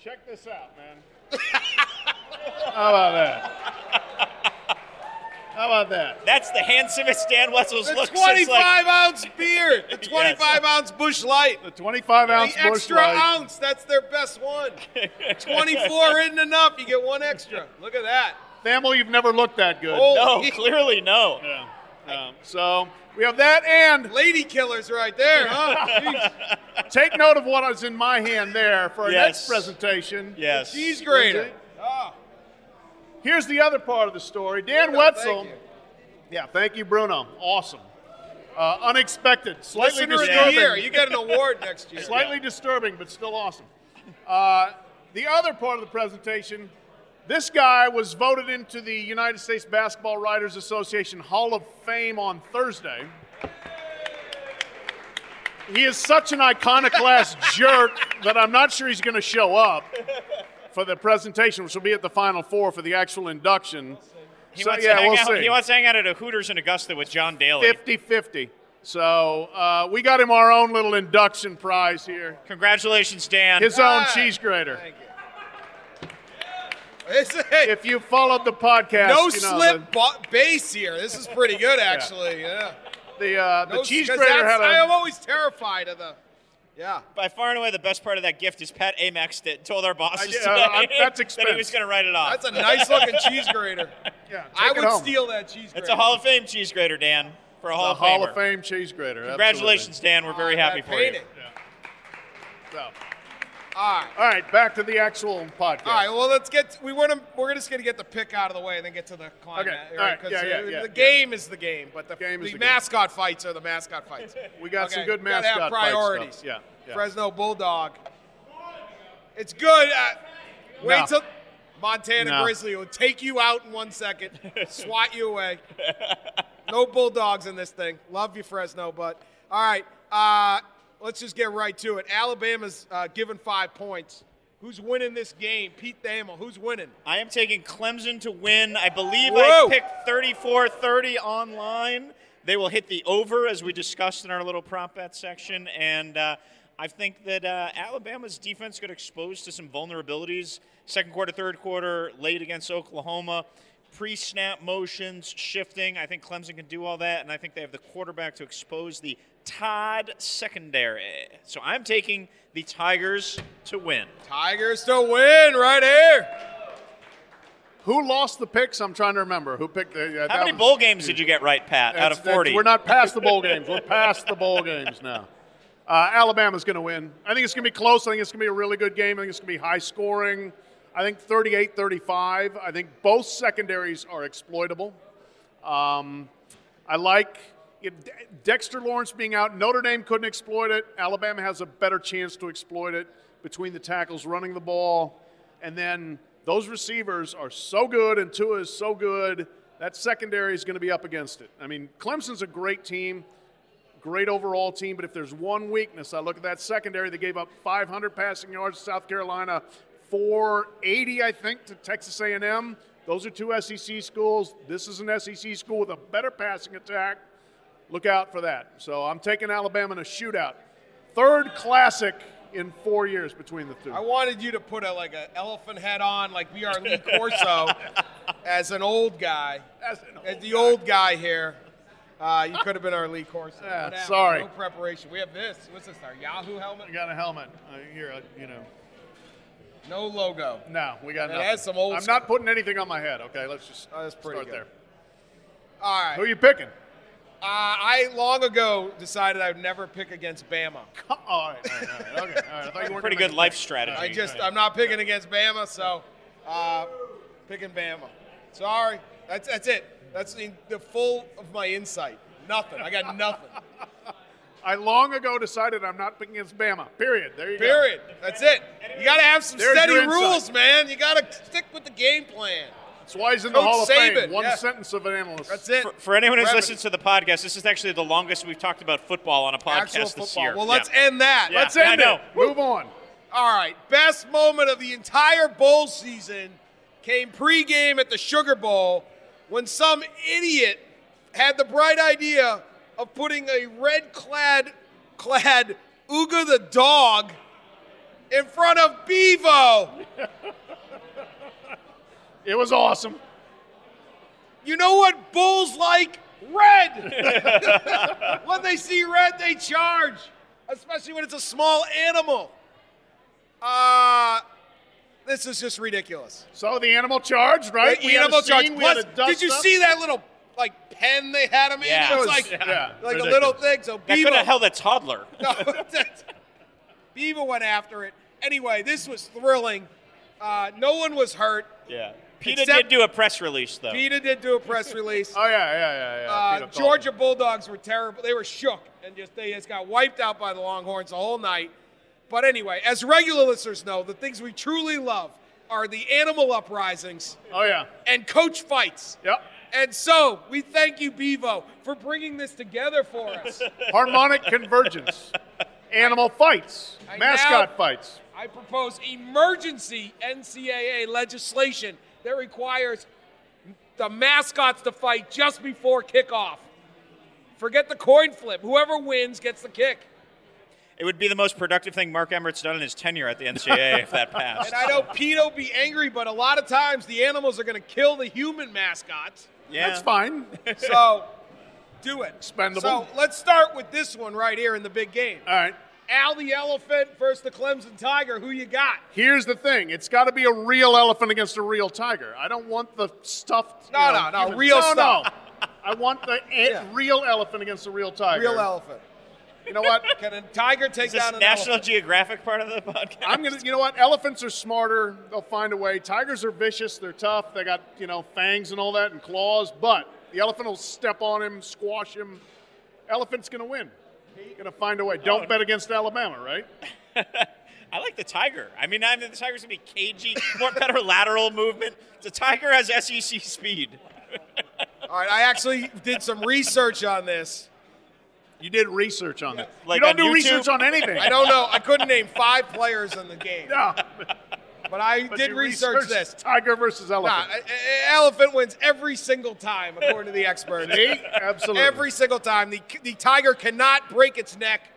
C: Check this out, man. How about that? How about that?
E: That's the handsomest Dan Wessels
B: The
E: looks.
B: twenty-five
E: It's like,
B: ounce beer. The twenty-five ounce Bush Light.
C: The 25 ounce
B: the extra
C: Bush Light.
B: ounce. That's their best one. 24 isn't enough. You get one extra. Look at that.
C: Thamel, you've never looked that good.
B: Oh.
E: no, clearly no.
C: Yeah. Um, so we have that, and
B: Lady killers right there, huh?
C: take note of what is in my hand there for our
E: Yes.
C: next presentation.
E: Yes.
B: Cheese grater. Oh,
C: Here's the other part of the story. Dan
B: Bruno,
C: Wetzel.
B: thank you.
C: Yeah, thank you, Bruno. Awesome. Uh, unexpected. Slightly
B: Listener of the
C: disturbing.
B: year. You get an award next year.
C: Slightly disturbing, but still awesome. Uh, the other part of the presentation this guy was voted into the United States Basketball Writers Association Hall of Fame on Thursday. He is such an iconoclast jerk that I'm not sure he's going to show up for the presentation, which will be at the Final Four for the actual induction.
E: He,
C: so,
E: wants to
C: yeah,
E: hang
C: we'll
E: out,
C: see.
E: he wants to hang out at a Hooters in Augusta with John Daly.
C: 50 50. So uh, we got him our own little induction prize here
E: Congratulations, Dan.
C: his uh, own
B: Ah,
C: cheese grater.
B: Thank you. It's a
C: If uh, you followed the podcast,
B: no
C: you know,
B: slip ba- base here. This is pretty good, actually. Yeah.
C: The, the, uh, the
B: No,
C: cheese
B: 'cause
C: grater
B: that's-
C: had
B: I am
C: a.
B: always terrified of the. Yeah.
E: By far and away, the best part of that gift is Pat Amex that told our bosses
C: did-
E: today
C: uh, I'm- that's
E: that he was
C: expense.
E: going to write it off.
B: That's a nice looking cheese grater.
C: Yeah, take
B: I
C: it
B: would
C: home.
B: steal that cheese grater.
E: It's a Hall of Fame cheese grater, Dan, for a
C: The
E: Hall of
C: Hall
E: Famer.
C: of Fame cheese grater.
E: Congratulations, Dan. We're
B: Oh,
E: very happy for you.
C: absolutely. So,
B: All right.
C: all right, back to the actual podcast.
B: All right. Well, let's get. We want to. We're just gonna get the pick out of the way and then get to the climax.
C: Okay, all right,
B: 'cause
C: yeah, yeah,
B: the,
C: yeah,
B: the
C: yeah.
B: game is the game, but the,
C: Game
B: the
C: is the game.
B: mascot fights are the mascot fights.
C: We got some
B: Okay,
C: good
B: we gotta have
C: mascot fight
B: priorities.
C: stuff. Yeah, yeah.
B: Fresno Bulldog. It's good. Uh, wait
C: No.
B: till. Montana
D: No.
B: Grizzly will take you out in one second, swat you away. No Bulldogs in this thing. Love you, Fresno, but all right. Uh, let's just get right to it. Alabama's uh, given five points. Who's winning this game? Pete Thamel. Who's winning?
E: I am taking Clemson to win. I believe
B: Whoa.
E: I picked 34 30 online. They will hit the over, as we discussed in our little prop bet section. And uh, I think that uh, Alabama's defense got exposed to some vulnerabilities second quarter, third quarter, late against Oklahoma. Pre snap motions, shifting. I think Clemson can do all that, and I think they have the quarterback to expose the Todd secondary. So I'm taking the Tigers to win.
B: Tigers to win right here.
C: Who lost the picks? I'm trying to remember. Who picked the. uh, that
E: How many
C: was-
E: bowl games did you get right, Pat, out
C: That's-
E: of
C: that's-
E: 40?
C: We're not past the bowl games. We're past the bowl games now. Uh, Alabama's going to win. I think it's going to be close. I think it's going to be a really good game. I think it's going to be high scoring. I think 38 35. I think both secondaries are exploitable. Um, I like it- De- Dexter Lawrence being out. Notre Dame couldn't exploit it. Alabama has a better chance to exploit it between the tackles running the ball. And then those receivers are so good, and Tua is so good. That secondary is going to be up against it. I mean, Clemson's a great team, great overall team, but if there's one weakness, I look at that secondary. They gave up 500 passing yards to South Carolina, 480, I think, to Texas A&M. Those are two SEC schools. This is an SEC school with a better passing attack. Look out for that. So I'm taking Alabama in a shootout. Third classic in four years between the two.
B: I wanted you to put a like an elephant head on, like we are Lee Corso, as an old guy,
C: As an
B: as the old guy here. Uh, you could have been our Lee Corso. What happened?
C: sorry.
B: No preparation. We have this. What's this? Our Yahoo helmet?
C: I got a helmet uh, here. uh, You know,
B: No logo.
C: no, we got.
B: It
C: nothing.
B: has some old
C: I'm
B: sc-
C: not putting anything on my head. Okay, let's just
B: Oh, that's pretty
C: start
B: good.
C: there.
B: All right.
C: Who are you picking?
B: Uh, I long ago decided I would never pick against Bama.
C: All right, Oh, all right, all right, okay. All right. I thought you were
E: Pretty good life strategy.
B: I just I'm not picking against Bama, so uh, picking Bama. Sorry, that's that's it. That's the, the full of my insight. Nothing. I got nothing.
C: I long ago decided I'm not picking against Bama. Period. There you
B: Period. That's it. You got to have some
C: There's
B: steady
C: your insight.
B: rules, man. You got to stick with the game plan.
C: go. That's why he's in the
B: Coach
C: Hall of
B: Saban,
C: Fame. One
B: yeah.
C: sentence of an analyst.
B: That's it.
E: for, for anyone who's
B: Revenue.
E: listened to the podcast, this is actually the longest we've talked about football on a podcast
B: Actual
E: this
B: football.
E: year.
B: Well, let's
E: Yeah.
B: end that.
E: Yeah.
B: Let's
C: Let's end
E: I know.
C: it. Move on.
B: All right, best moment of the entire bowl season came pregame at the Sugar Bowl when some idiot had the bright idea of putting a red clad clad Uga the dog in front of Bevo.
C: It was awesome.
B: You know what bulls like? Red. when they see red, they charge, especially when it's a small animal. Uh, this is just ridiculous.
C: So the animal charged, right?
B: The
C: We had a
B: animal
C: scene,
B: charge.
C: we had
B: Plus,
C: a
B: did you
C: dust-up.
B: see that little like pen they had him
E: Yeah.
B: in? It was
E: It
B: like
E: was-
C: yeah,
B: like a
C: ridiculous.
B: little thing. So
E: that
B: Beaver,
E: could have held a toddler.
B: no, that's- Beaver went after it. Anyway, this was thrilling. Uh, no one was hurt.
E: yeah. PETA
B: Except-
E: did do a press release, though.
B: Vita did do a press release.
C: Oh yeah, yeah, yeah, yeah.
B: Uh,
C: Peter Falk.
B: Georgia Bulldogs were terrible. They were shook and just they just got wiped out by the Longhorns the whole night. But anyway, as regular listeners know, the things we truly love are the animal uprisings
C: Oh yeah.
B: and coach fights.
C: Yep.
B: And so we thank you, Bevo, for bringing this together for us.
C: Harmonic convergence. Animal fights.
B: I
C: Mascot
B: now-
C: fights.
B: I propose emergency NCAA legislation that requires the mascots to fight just before kickoff. Forget the coin flip. Whoever wins gets the kick.
E: It would be the most productive thing Mark Emmert's done in his tenure at the NCAA if that passed.
B: And I know Pete will be angry, but a lot of times the animals are going to kill the human mascots.
E: yeah.
C: That's fine.
B: So do it.
C: Expendable.
B: So let's start with this one right here in the big game.
C: All right.
B: Al the Elephant versus the Clemson Tiger. Who you got?
C: Here's the thing. It's got to be a real elephant against a real tiger. I don't want the stuffed. you
B: No,
C: know,
B: no, no,
C: human-
B: real
C: no,
B: stuff.
C: No. I want the a-
B: Yeah.
C: real elephant against a real tiger.
B: Real elephant.
C: You know what?
B: Can a tiger take
E: Is this
B: down an
E: National
B: elephant?
E: Geographic part of the podcast?
C: I'm gonna. You know what? Elephants are smarter. They'll find a way. Tigers are vicious. They're tough. They got you know fangs and all that and claws. But the elephant will step on him, squash him. Elephant's gonna win. Gonna find a way. Don't bet against Alabama, right?
D: I like the Tiger. I mean, I mean the Tiger's gonna be cagey, more better lateral movement. The Tiger has
E: E
D: SEC speed.
B: All right, I actually did some research on this.
C: You did research on it.
D: Like
C: you
D: on
C: don't do
D: YouTube?
C: research on anything.
B: I don't know. I couldn't name five players in the game,
C: No,
B: but I
C: but
B: did
C: you
B: research
C: researched
B: this.
C: Tiger versus
B: Nah,
C: elephant.
B: e- e- elephant wins every single time, according to the experts.
C: See? Absolutely.
B: Every single time, the the tiger cannot break its neck.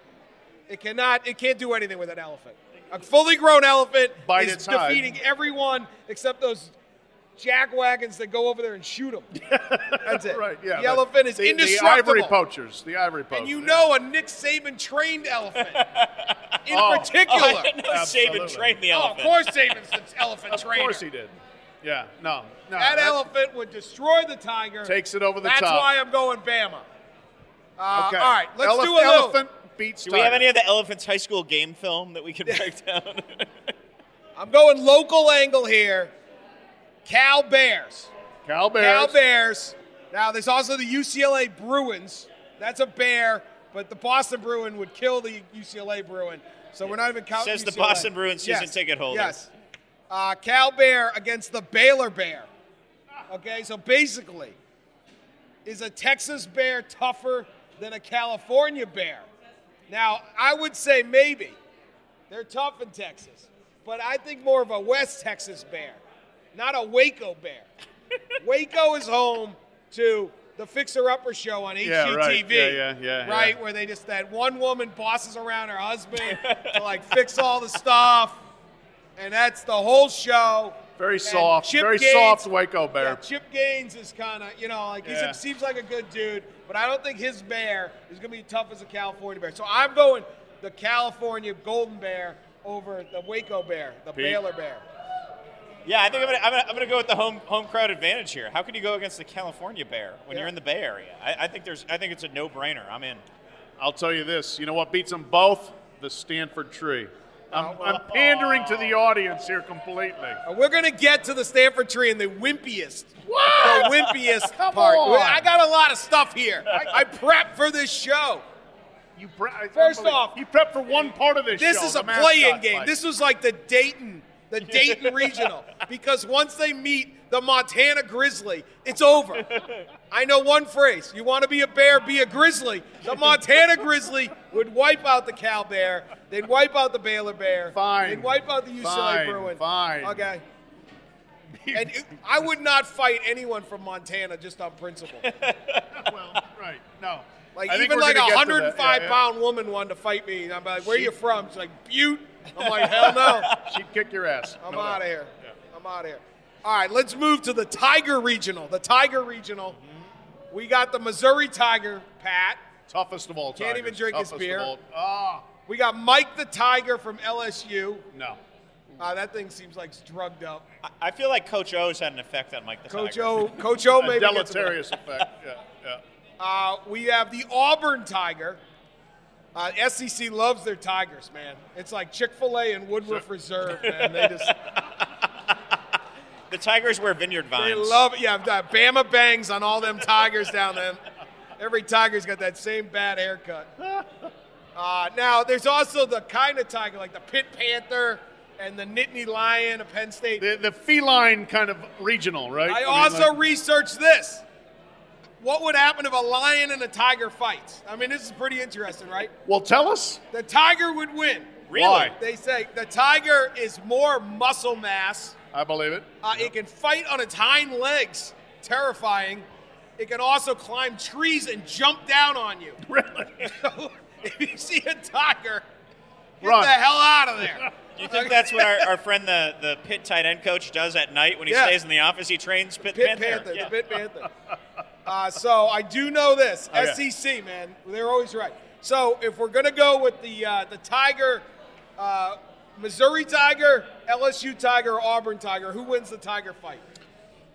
B: It cannot. It can't do anything with an elephant. A fully grown elephant
C: Bite
B: is
C: its hide.
B: defeating everyone except those jack wagons that go over there and shoot them. That's it.
C: Right, yeah.
B: The
C: but
B: elephant is
C: the, the
B: indestructible.
C: ivory poachers. The ivory poachers.
B: and you know a Nick Saban trained elephant. In
C: Oh.
B: particular.
D: I know
C: Absolutely.
D: Saban trained the
B: Oh,
D: elephant.
B: of course Saban's an elephant
C: Of
B: trainer.
C: course he did. Yeah. No. No.
B: That elephant would destroy the tiger.
C: Takes it over the
B: That's
C: top.
B: why I'm going Bama. Uh,
C: Okay.
B: All right, let's
C: Elef-
B: do a little.
C: Elephant beats
D: Do we have
C: tiger.
D: any of the Elephant's high school game film that we can break down?
B: I'm going local angle here. Cal Bears.
C: Cal Bears.
B: Cal Bears. Now, there's also the UCLA Bruins. That's a bear, but the Boston Bruin would kill the UCLA Bruin. So we're not even counting.
D: Says the
B: UCLA.
D: Boston Bruin season ticket holder.
B: Yes. Uh, Cal Bear against the Baylor Bear. Okay, so basically, is a Texas bear tougher than a California bear? Now, I would say maybe. They're tough in Texas, but I think more of a West Texas bear, not a Waco bear. Waco is home to the Fixer Upper show on HGTV.
C: Yeah, right. Yeah, yeah, yeah,
B: Right,
C: yeah.
B: where they just that one woman bosses around her husband to like fix all the stuff, and that's the whole show.
C: Very
B: And
C: soft,
B: Chip
C: very
B: Gaines-
C: soft Waco bear.
B: Yeah, Chip Gaines is kind of, you know, like he
C: Yeah.
B: seems like a good dude, but I don't think his bear is going to be tough as a California bear. So I'm going the California Golden Bear over the Waco Bear, the
C: Pete?
B: Baylor Bear.
D: yeah, I think I'm gonna, I'm gonna I'm gonna go with the home home crowd advantage here. How can you go against the California Bear when
B: Yeah.
D: you're in the Bay Area? I, I think there's I think it's a no brainer. I'm in.
C: I'll tell you this. You know what beats them both? The Stanford tree. I'm,
B: Oh,
C: I'm pandering to the audience here completely.
B: And we're going to get to the Stanford tree in the wimpiest, the wimpiest
C: Come
B: part.
C: on.
B: I got a lot of stuff here. I, I prepped for this show.
C: You pre- I-
B: First
C: unbelievable.
B: off,
C: you prep for one part of this.
B: This
C: show,
B: is
C: the
B: a play-in
C: mascot
B: game.
C: fight.
B: This was like the Dayton, the Dayton regional, because once they meet the Montana Grizzly, it's over. I know one phrase: you want to be a bear, be a grizzly. The Montana Grizzly would wipe out the Cal Bear. They'd wipe out the Baylor Bear.
C: Fine.
B: They'd wipe out the UCLA
C: Fine,
B: Bruin.
C: fine.
B: Okay. And it- I would not fight anyone from Montana just on principle.
C: well, right. No.
B: Like
C: I think
B: even
C: we're
B: like a
C: gonna get to
B: 105
C: that.
B: five pound
C: Yeah, yeah.
B: woman wanted to fight me. And I'm like, where you from? She's like, Butte. I'm like, hell no.
C: She'd kick your ass.
B: I'm
C: no doubt.
B: out of here. I'm out of here. All right, let's move to the Tiger Regional. The Tiger Regional.
C: Mm-hmm.
B: We got the Missouri Tiger, Pat.
C: Toughest of all time.
B: Can't even drink his
C: Toughest of
B: beer.
C: all- Ah,
B: We got Mike the Tiger from LSU.
C: no.
B: Uh, that thing seems like it's drugged up.
D: I, I feel like Coach O's had an effect on Mike the
B: Coach
D: Tiger.
B: O, Coach O,
C: A
B: maybe gets a-
C: deleterious effect. Yeah, yeah.
B: Uh, we have the Auburn Tiger. Uh, SEC loves their Tigers, man. It's like Chick Fil A and Woodruff Reserve, man. They just
D: The Tigers wear vineyard vines.
B: They love it. Yeah, the Bama bangs on all them Tigers down there. Every Tiger's got that same bad haircut. Uh, now, there's also the kind of Tiger, like the Pit Panther and the Nittany Lion of Penn State.
C: The, the feline kind of regional, right?
B: I
C: mean,
B: also
C: like-
B: researched this. What would happen if a lion and a tiger fights? I mean, this is pretty interesting, right?
C: well, tell us.
B: The tiger would win.
D: Really?
C: Why?
B: They say the tiger is more muscle mass.
C: I believe it.
B: Uh, It can fight on its hind legs, terrifying. It can also climb trees and jump down on you.
C: Really?
B: So if you see a tiger, get
C: Run.
B: the hell out of there.
D: Do you think that's what our, our friend the, the pit tight end coach does at night when he
B: Yeah.
D: stays in the office? He trains Pit,
B: Pit
D: Panther.
B: Panther,
D: Yeah.
B: the Pit Panther. Uh, so I do know this.
D: Oh,
C: Okay.
B: SEC man, they're always right. So if we're gonna go with the uh, the tiger, uh, Missouri Tiger, LSU Tiger, or Auburn Tiger, who wins the tiger fight?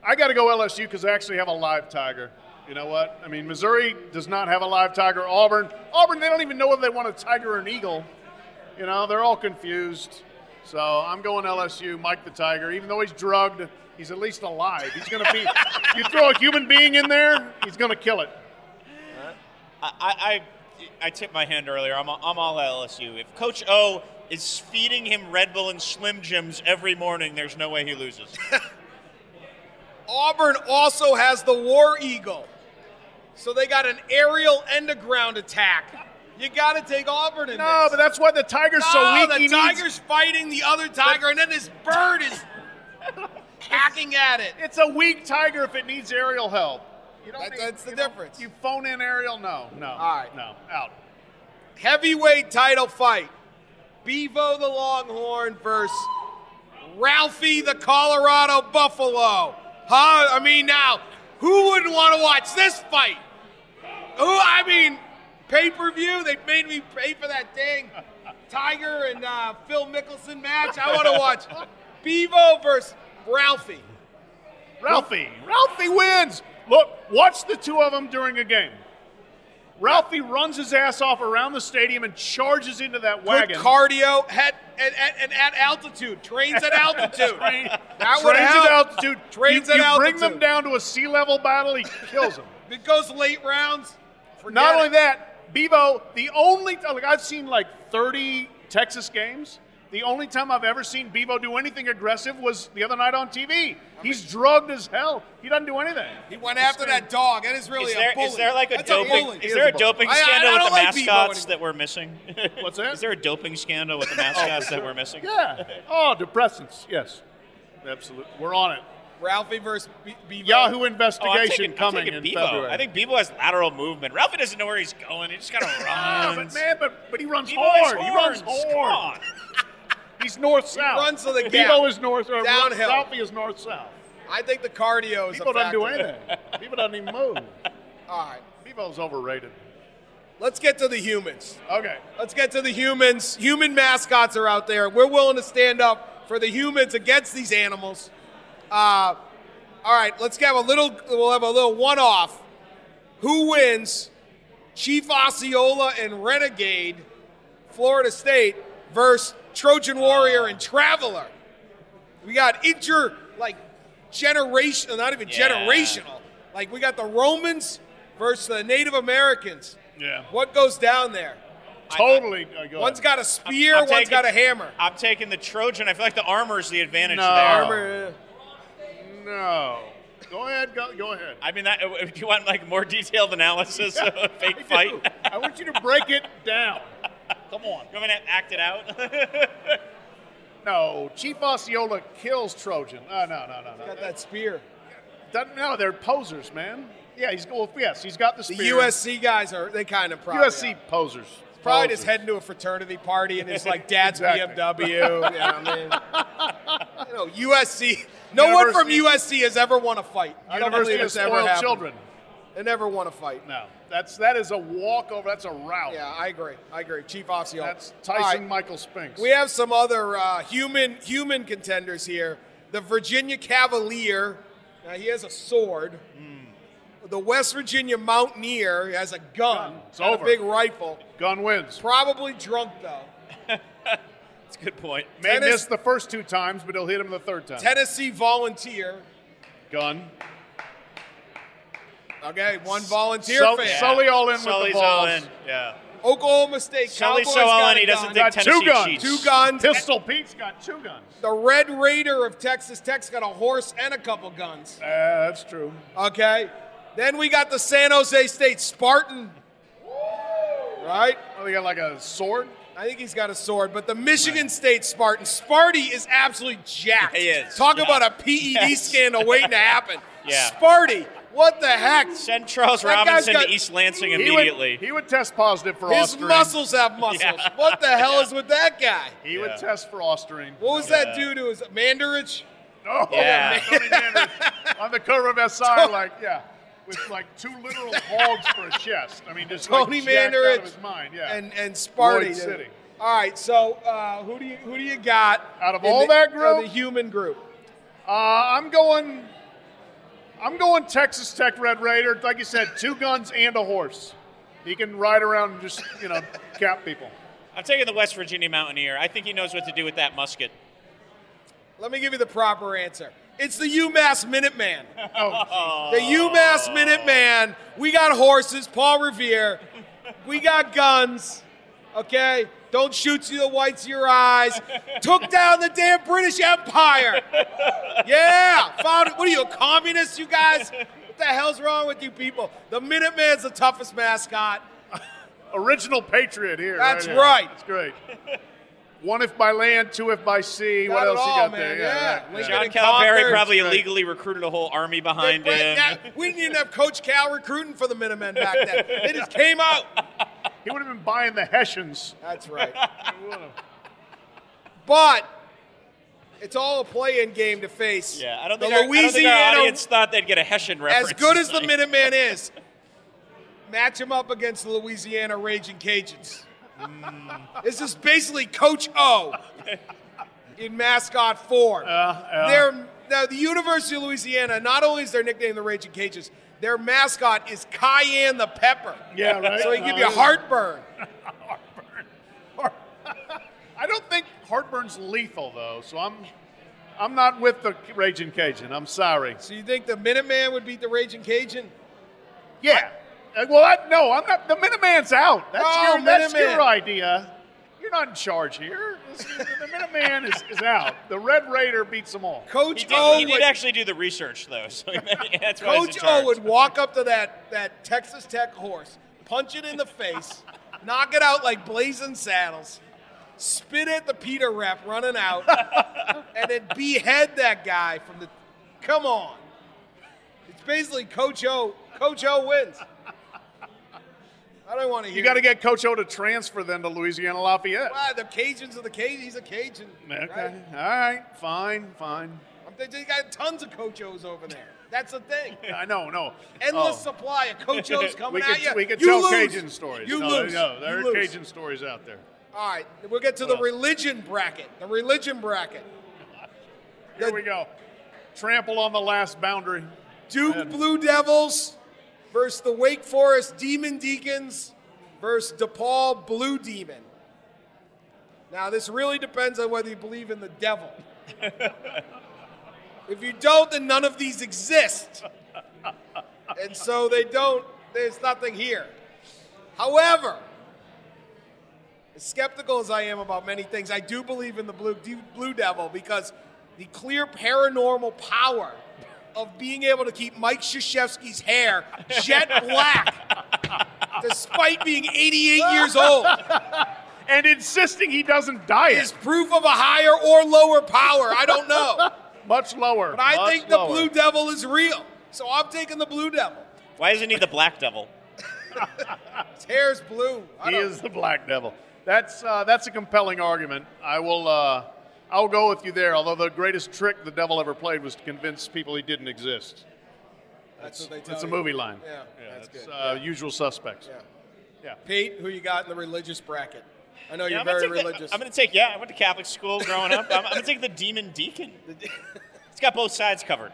C: I got to go LSU because I actually have a live tiger. You know what? I mean, Missouri does not have a live tiger. Auburn, Auburn, they don't even know whether they want a tiger or an eagle. You know, they're all confused. So I'm going LSU, Mike the Tiger. Even though he's drugged, he's at least alive. He's going to be. you throw a human being in there, he's going to kill it.
D: I, I, I tipped my hand earlier. I'm, all- I'm all LSU. If Coach O
E: is feeding him Red Bull and Slim Jims every morning, there's no way he loses.
B: Auburn also has the War Eagle. So they got an aerial and a ground attack. You got to take Auburn in
C: No,
B: this.
C: but that's why the Tiger's so
B: No,
C: weak.
B: the
C: he
B: tiger's
C: needs,
B: fighting the other tiger, and then this bird is hacking at it.
C: it's a weak Tiger if it needs aerial help. You don't
B: That-
C: need-
B: that's the
C: you don't-
B: difference.
C: You phone in aerial? No, no.
B: All right.
C: No, out.
B: Heavyweight title fight. Bevo the Longhorn versus Ralphie the Colorado Buffalo. Huh? I mean, now, who wouldn't want to watch this fight? Who, I mean, pay per view? They made me pay for that dang Tiger and uh, Phil Mickelson match. I want to watch Bevo versus Ralphie.
C: Ralphie. Ralphie wins. Look, watch the two of them during a game. Ralphie runs his ass off around the stadium and charges into that
B: Good
C: wagon.
B: cardio at, at, at, and at altitude. Trains at altitude.
C: Train-
B: that would
C: trains
B: help.
C: at altitude.
B: Trains
C: you,
B: at
C: you
B: altitude.
C: bring them down to a sea level battle, he kills them.
B: If it goes late rounds, forget
C: Not only
B: it.
C: that, Bevo, the only like I've seen like 30 Texas games. The only time I've ever seen Bevo do anything aggressive was the other night on TV. He's drugged as hell. He doesn't do anything.
B: He went after that dog. That is really
E: is there
B: a bully.
E: is there like a
B: That's
E: doping
B: bully.
E: is there a
C: He is a bully.
E: doping
B: I- I- I
E: scandal
B: don't
E: with the
B: like Bebo
E: mascots
B: anymore.
E: that we're missing?
C: What's that? Oh.
E: Is there a doping scandal with the mascots that we're missing?
C: Yeah. Oh, depressants. Yes. Absolutely. We're on it.
B: Ralphie versus B- Bevo.
C: Yahoo
E: Oh, I'm
C: investigation
E: taking, I'm
C: coming
E: taking
C: in
E: Bebo.
C: February.
E: I think Bebo has lateral movement. Ralphie doesn't know where he's going. He just kind of runs.
C: Ah, but man, but, but he runs
E: Bebo has
C: hard. He runs
E: horns.
C: hard.
E: Come on.
C: He's north south.
B: runs to the gap.
C: Bebo is north or
B: Downhill.
C: Ralphie is north south.
B: I think the cardio is
C: Bebo
B: a
C: doesn't
B: factor.
C: do anything. Bebo doesn't even move.
B: All right.
C: Bebo's overrated.
B: Let's get to the humans.
C: Okay.
B: Let's get to the humans. Human mascots are out there. We're willing to stand up for the humans against these animals. Uh, all right, let's have a little. We'll have a little one-off. Who wins? Chief Osceola and Renegade, Florida State versus Trojan Warrior and Traveler. We got inter like generational, not even
E: Yeah.
B: generational. Like we got the Romans versus the Native Americans.
C: Yeah.
B: What goes down there?
C: Totally. uh, go
B: One's
C: ahead.
B: got a spear,
E: I'm
B: one's
E: taking-
B: got a hammer.
E: I'm taking the Trojan. I feel like the armor is the advantage
C: No.
E: there.
B: Armor.
C: No. Go ahead. Go, go ahead.
E: I mean, that, do you want like more detailed analysis of a
C: I
E: fake
C: do.
E: fight?
C: I want you to break it down. Come on.
E: You want me to act it out?
C: No. Chief Osceola kills Trojan. Oh, no, no, no, no.
B: Got that spear.
C: Doesn't- no, they're posers, man. Yeah, he's well, yes, he's got the
B: The
C: spear.
B: USC guys are they kind of probably
C: USC
B: are.
C: posers.
B: probably
C: Posers.
B: just heading to a fraternity party and it's like dad's
C: Exactly.
B: BMW. You know what I mean? You know, USC. No one from USC has ever won a fight. I don't
C: University
B: believe
C: of
B: it's ever
C: spoiled
B: happened.
C: children.
B: They never won a fight.
C: No, that's that is a walkover. That's a rout.
B: Yeah, I agree. I agree. Chief Osceola.
C: That's
B: All right.
C: Tyson Michael Spinks.
B: We have some other uh, human human contenders here. The Virginia Cavalier, now he has a sword. The West Virginia Mountaineer has a gun,
C: Gun. It's
B: and
C: over.
B: a big rifle.
C: Gun wins.
B: Probably drunk though.
E: That's a good point.
C: May
B: Tennis-
C: missed the first two times, but he'll hit him the third time.
B: Tennessee Volunteer.
C: Gun.
B: Okay, one volunteer
C: Sul-
B: fan.
C: Sully all in with
E: Sully's
C: the balls.
E: all in. Yeah.
B: Oklahoma State
E: Sully's
B: Cowboys
E: so all
B: got
E: in,
B: a
E: he doesn't
B: gun.
E: think
C: Got two
E: Tennessee
C: guns.
E: cheats.
B: two guns.
C: Pistol Pete's got two guns.
B: The Red Raider of Texas Tech's got a horse and a couple guns.
C: Uh, that's true.
B: Okay. Then we got the San Jose State Spartan. Right?
C: Oh, they got like a sword.
B: I think he's got a sword, but the Michigan State Spartan, Sparty is absolutely jacked.
E: He is,
B: Talk
E: yeah.
B: about a E PED scandal waiting to happen.
E: Yeah.
B: Sparty, what the heck?
E: Send Charles
B: That guy's
E: Robinson
B: got-
E: to East Lansing
C: He would-
E: immediately.
C: He would, test positive for
B: His
C: Osterine.
B: muscles have muscles.
E: Yeah.
B: What the hell is with that guy?
C: He
E: Yeah.
C: would test for Osterine.
B: What was that dude who was Mandarich?
C: Oh,
E: Yeah.
C: Tony Danner on the curve of SI, like, yeah, with like two literal hogs for a chest. I mean, just
B: Tony
C: like jacked out
B: Mandarich
C: of his mind, yeah.
B: and and Sparty.
C: Lloyd City.
B: All right, so uh, who do you who do you got
C: Out of
B: in
C: all
B: the-
C: that
B: of
C: group?
B: the human group?
C: uh, I'm going, I'm going Texas Tech Red Raider. Like you said, two guns and a horse. He can ride around and just you know cap people.
E: I'm taking the West Virginia Mountaineer. I think he knows what to do with that musket.
B: Let me give you the proper answer. It's the UMass Minuteman.
C: Oh,
B: The UMass Minuteman. We got horses, Paul Revere. We got guns. okay? Don't shoot you the whites of your eyes. Took down the damn British Empire. Yeah, found What are you, a communist, you guys? What the hell's wrong with you people? The Minuteman's the toughest mascot.
C: Original Patriot here.
B: That's
C: here.
B: right.
C: That's great. One if by land, two if by sea.
B: Got
C: what
B: it
C: else
B: all,
C: you got
B: man.
C: there?
B: Yeah.
C: right,
B: Lincoln
D: John
B: and
D: Calipari
B: Concord.
D: probably
B: Right.
D: illegally recruited a whole army
B: They
D: behind
B: bring-
D: him.
B: that- we didn't even have Coach Cal recruiting for the Minutemen back then. They just came out.
C: He would have been buying the Hessians.
B: That's right. but it's all a play-in game to face.
D: Yeah, I don't
B: the
D: think, our, I don't think our
B: Louisiana,
D: audience thought they'd get a Hessian reference.
B: as good as the
D: tonight.
B: Minuteman is, match him up against the Louisiana Raging Cajuns.
D: Mm.
B: This is basically Coach O in mascot
D: Uh,
B: form. They're, now, the University of Louisiana, not only is their nickname the Raging Cajuns, their mascot is Cayenne the Pepper.
C: Yeah, right.
B: So he give you
C: Uh,
B: heartburn.
C: I don't think heartburn's lethal though, so I'm I'm not with the Raging Cajun. I'm sorry.
B: So you think the Minuteman would beat the Raging Cajun?
C: Yeah. Uh, well, I, no, I'm not. The Minuteman's out. That's,
B: Oh,
C: your, that's
B: Minuteman.
C: your idea. You're not in charge here. This is- the Minuteman is, is out. The Red Raider beats them all.
B: Coach
D: He did,
B: O
D: he did
B: would,
D: actually do the research, though. So that's why he's in
B: Coach O
D: charge.
B: would walk up to that, that Texas Tech horse, punch it in the face, knock it out like blazing saddles, spit at the Peter rep running out, and then behead that guy from the. Come on. It's basically Coach O. Coach O wins. I don't want to hear
C: You got to get Coach O to transfer then to Louisiana Lafayette.
B: Ah, the Cajuns are the Cajun. He's a Cajun.
C: Okay.
B: right?
C: All right. Fine. Fine.
B: I'm thinking They got tons of Coach O's over there. That's the thing.
C: I know. No.
B: Endless
C: Oh.
B: supply of Coach O's coming
C: We
B: at
C: could,
B: you.
C: we could
B: you
C: tell
B: lose.
C: Cajun stories.
B: You
C: no,
B: lose.
C: No, there
B: You
C: are
B: lose.
C: Cajun stories out there.
B: All right, we'll get to the religion bracket. The religion bracket.
C: Here
B: The-
C: we go. Trample on the last boundary.
B: Duke
C: Man.
B: Blue Devils versus the Wake Forest Demon Deacons versus DePaul Blue Demon. Now, this really depends on whether you believe in the devil. if you don't, then none of these exist. And so they don't, there's nothing here. However, as skeptical as I am about many things, I do believe in the Blue, de- Blue Devil because the clear paranormal power of being able to keep Mike Krzyzewski's hair jet black despite being 88 years old
C: And insisting he doesn't diet.
B: is proof of a higher or lower power. I don't know.
C: much lower.
B: But I
C: much
B: think the
C: lower.
B: Blue Devil is real. So I'm taking the Blue Devil.
D: Why isn't he the Black Devil?
B: His hair's blue. I
C: He
B: don't-
C: is the black devil. That's uh, that's a compelling argument. I will uh, I'll go with you there. Although the greatest trick the devil ever played was to convince people he didn't exist.
B: that's what they tell
C: It's a
B: you.
C: movie line.
B: Yeah, that's
C: it's,
B: good.
C: Uh, Usual suspects.
B: Yeah.
C: Yeah.
B: Pete, who you got in the religious bracket? I know
D: Yeah,
B: you're
D: I'm gonna
B: very
D: take the-
B: religious.
D: I'm going to take, yeah, I went to Catholic school growing up. I'm, I'm going to take the Demon Deacon. It's got both sides covered.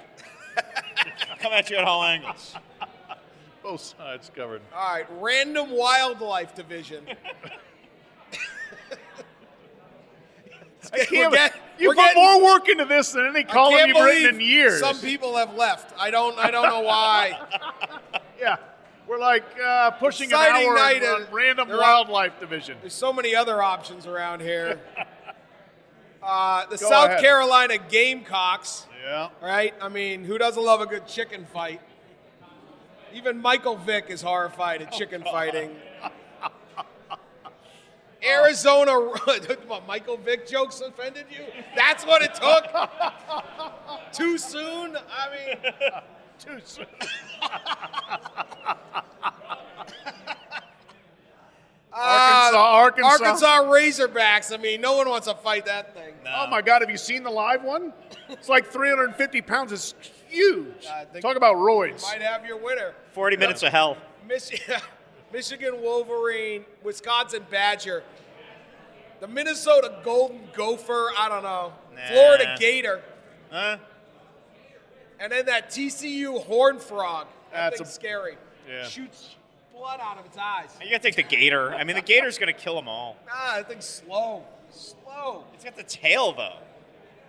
D: Come at you at all angles.
C: Both sides covered.
B: All right, random wildlife division.
C: Damn it.
B: get-
C: you
B: we're
C: put
B: getting-
C: more work into this than any
B: I
C: column
B: can't
C: you've written in
B: believe
C: years.
B: Some people have left. I don't. I don't know why.
C: yeah. We're like uh, pushing
B: Exciting
C: an hour
B: night
C: on
B: and-
C: random
B: they're-
C: wildlife division.
B: There's so many other options around here. Uh, the
C: Go
B: South
C: ahead.
B: Carolina Gamecocks.
C: Yeah.
B: Right? I mean, who doesn't love a good chicken fight? Even Michael Vick is horrified at
C: Oh,
B: chicken fighting. Arizona, What, Michael Vick jokes offended you? That's what it took? Too soon? I mean,
C: Too soon. Arkansas, Arkansas.
B: Uh, Arkansas Razorbacks. I mean, no one wants to fight that thing.
C: Oh my God, have you seen the live one? It's like 350 pounds. It's huge.
B: I think-
C: Talk about roids.
B: Might have your winner.
D: 40 minutes of hell.
B: Mich- Michigan Wolverine, Wisconsin Badger, the Minnesota Golden Gopher, I don't know,
D: Nah.
B: Florida Gator,
D: Huh?
B: and then that TCU Horn Frog. That
C: That's
B: thing's
C: a-
B: scary.
C: Yeah.
B: Shoots blood out of its eyes.
D: You got to take the gator. I mean, the gator's going to kill them all.
B: Nah, that thing's slow. Slow.
D: It's got the tail, though.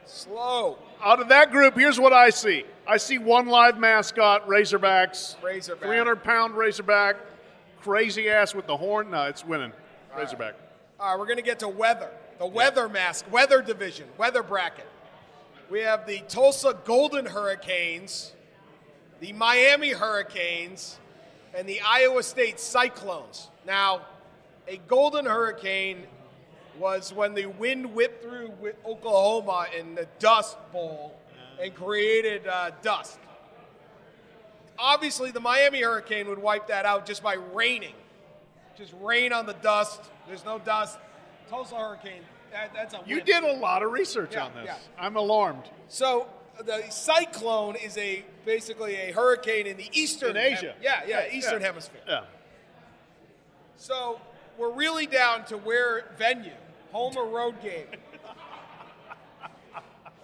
B: Slow.
C: Out of that group, here's what I see. I see one live mascot, Razorbacks.
B: Razorback.
C: 300 pound Razorback. Crazy ass with the horn. No, it's winning. Razorback.
B: All right, we're going to get to weather. The weather mask, weather division, weather bracket. We have the Tulsa Golden Hurricanes, the Miami Hurricanes, and the Iowa State Cyclones. Now, a Golden Hurricane was when the wind whipped through wi- Oklahoma in the Dust Bowl and created uh, dust. Obviously, the Miami Hurricane would wipe that out just by raining just rain on the dust. There's no dust. Tulsa Hurricane. That, that's a
C: You
B: win.
C: did a lot of research
B: Yeah,
C: on this.
B: yeah.
C: I'm alarmed.
B: So the cyclone is a basically a hurricane in the eastern
C: In Asia.
B: hem- yeah, yeah, eastern hemisphere.
C: Yeah.
B: So we're really down to where venue, home or road game.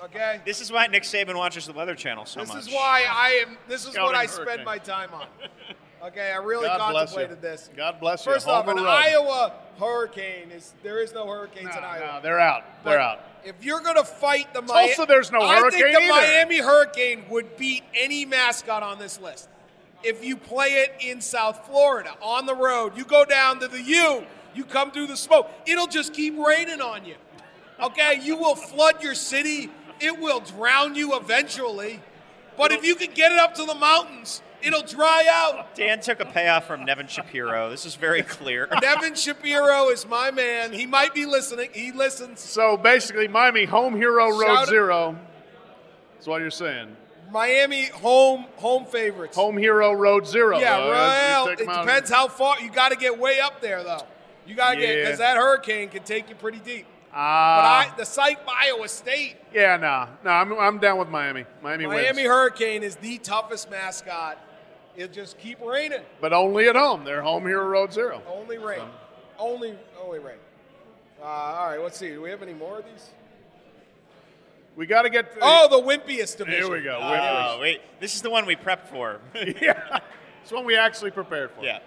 B: Okay.
D: This is why Nick Saban watches the Weather Channel so
B: This
D: much.
B: is why I am. This is what
C: Scouting
B: I spend
C: hurricane.
B: my time on. Okay, I really
C: God bless you.
B: contemplated this.
C: God bless you.
B: First
C: Home
B: off,
C: or
B: an
C: road?
B: Iowa hurricane is there is no hurricanes
C: No,
B: in Iowa.
C: no, they're out. They're
B: But
C: out.
B: If you're going to fight the Miami,
C: Tulsa, there's no
B: I think
C: hurricane
B: the
C: either.
B: Miami Hurricane would beat any mascot on this list. If you play it in South Florida on the road, you go down to the U, you come through the smoke. It'll just keep raining on you. Okay, you will flood your city. It will drown you eventually. But if you can get it up to the mountains, it'll dry out.
D: Dan took a payoff from Nevin Shapiro. This is very clear.
B: Devin Shapiro is my man. He might be listening. He listens.
C: So basically, Miami home hero road
B: Shout-
C: zero. That's what you're saying.
B: Miami home home favorites.
C: Home hero road zero.
B: Yeah,
C: though. That's-
B: well,
C: you
B: it
C: take them out.
B: depends how far. You got to get way up there, though. You got to get
C: Yeah.
B: because that hurricane can take you pretty deep. But
C: Ah,
B: I, the psych Iowa State
C: yeah, nah, nah. I'm, I'm down with Miami. Miami,
B: Miami
C: wins,
B: Hurricane is the toughest mascot. It'll just keep raining.
C: but only at home. They're home hero road zero.
B: Only rain. Only only rain. Uh, all right, let's see. Do we have any more of these?
C: We got to get.
B: Oh, the wimpiest division.
C: here we go.
D: Oh, wait. This is the one we prepped for.
C: yeah, it's one we actually prepared for.
D: Yeah.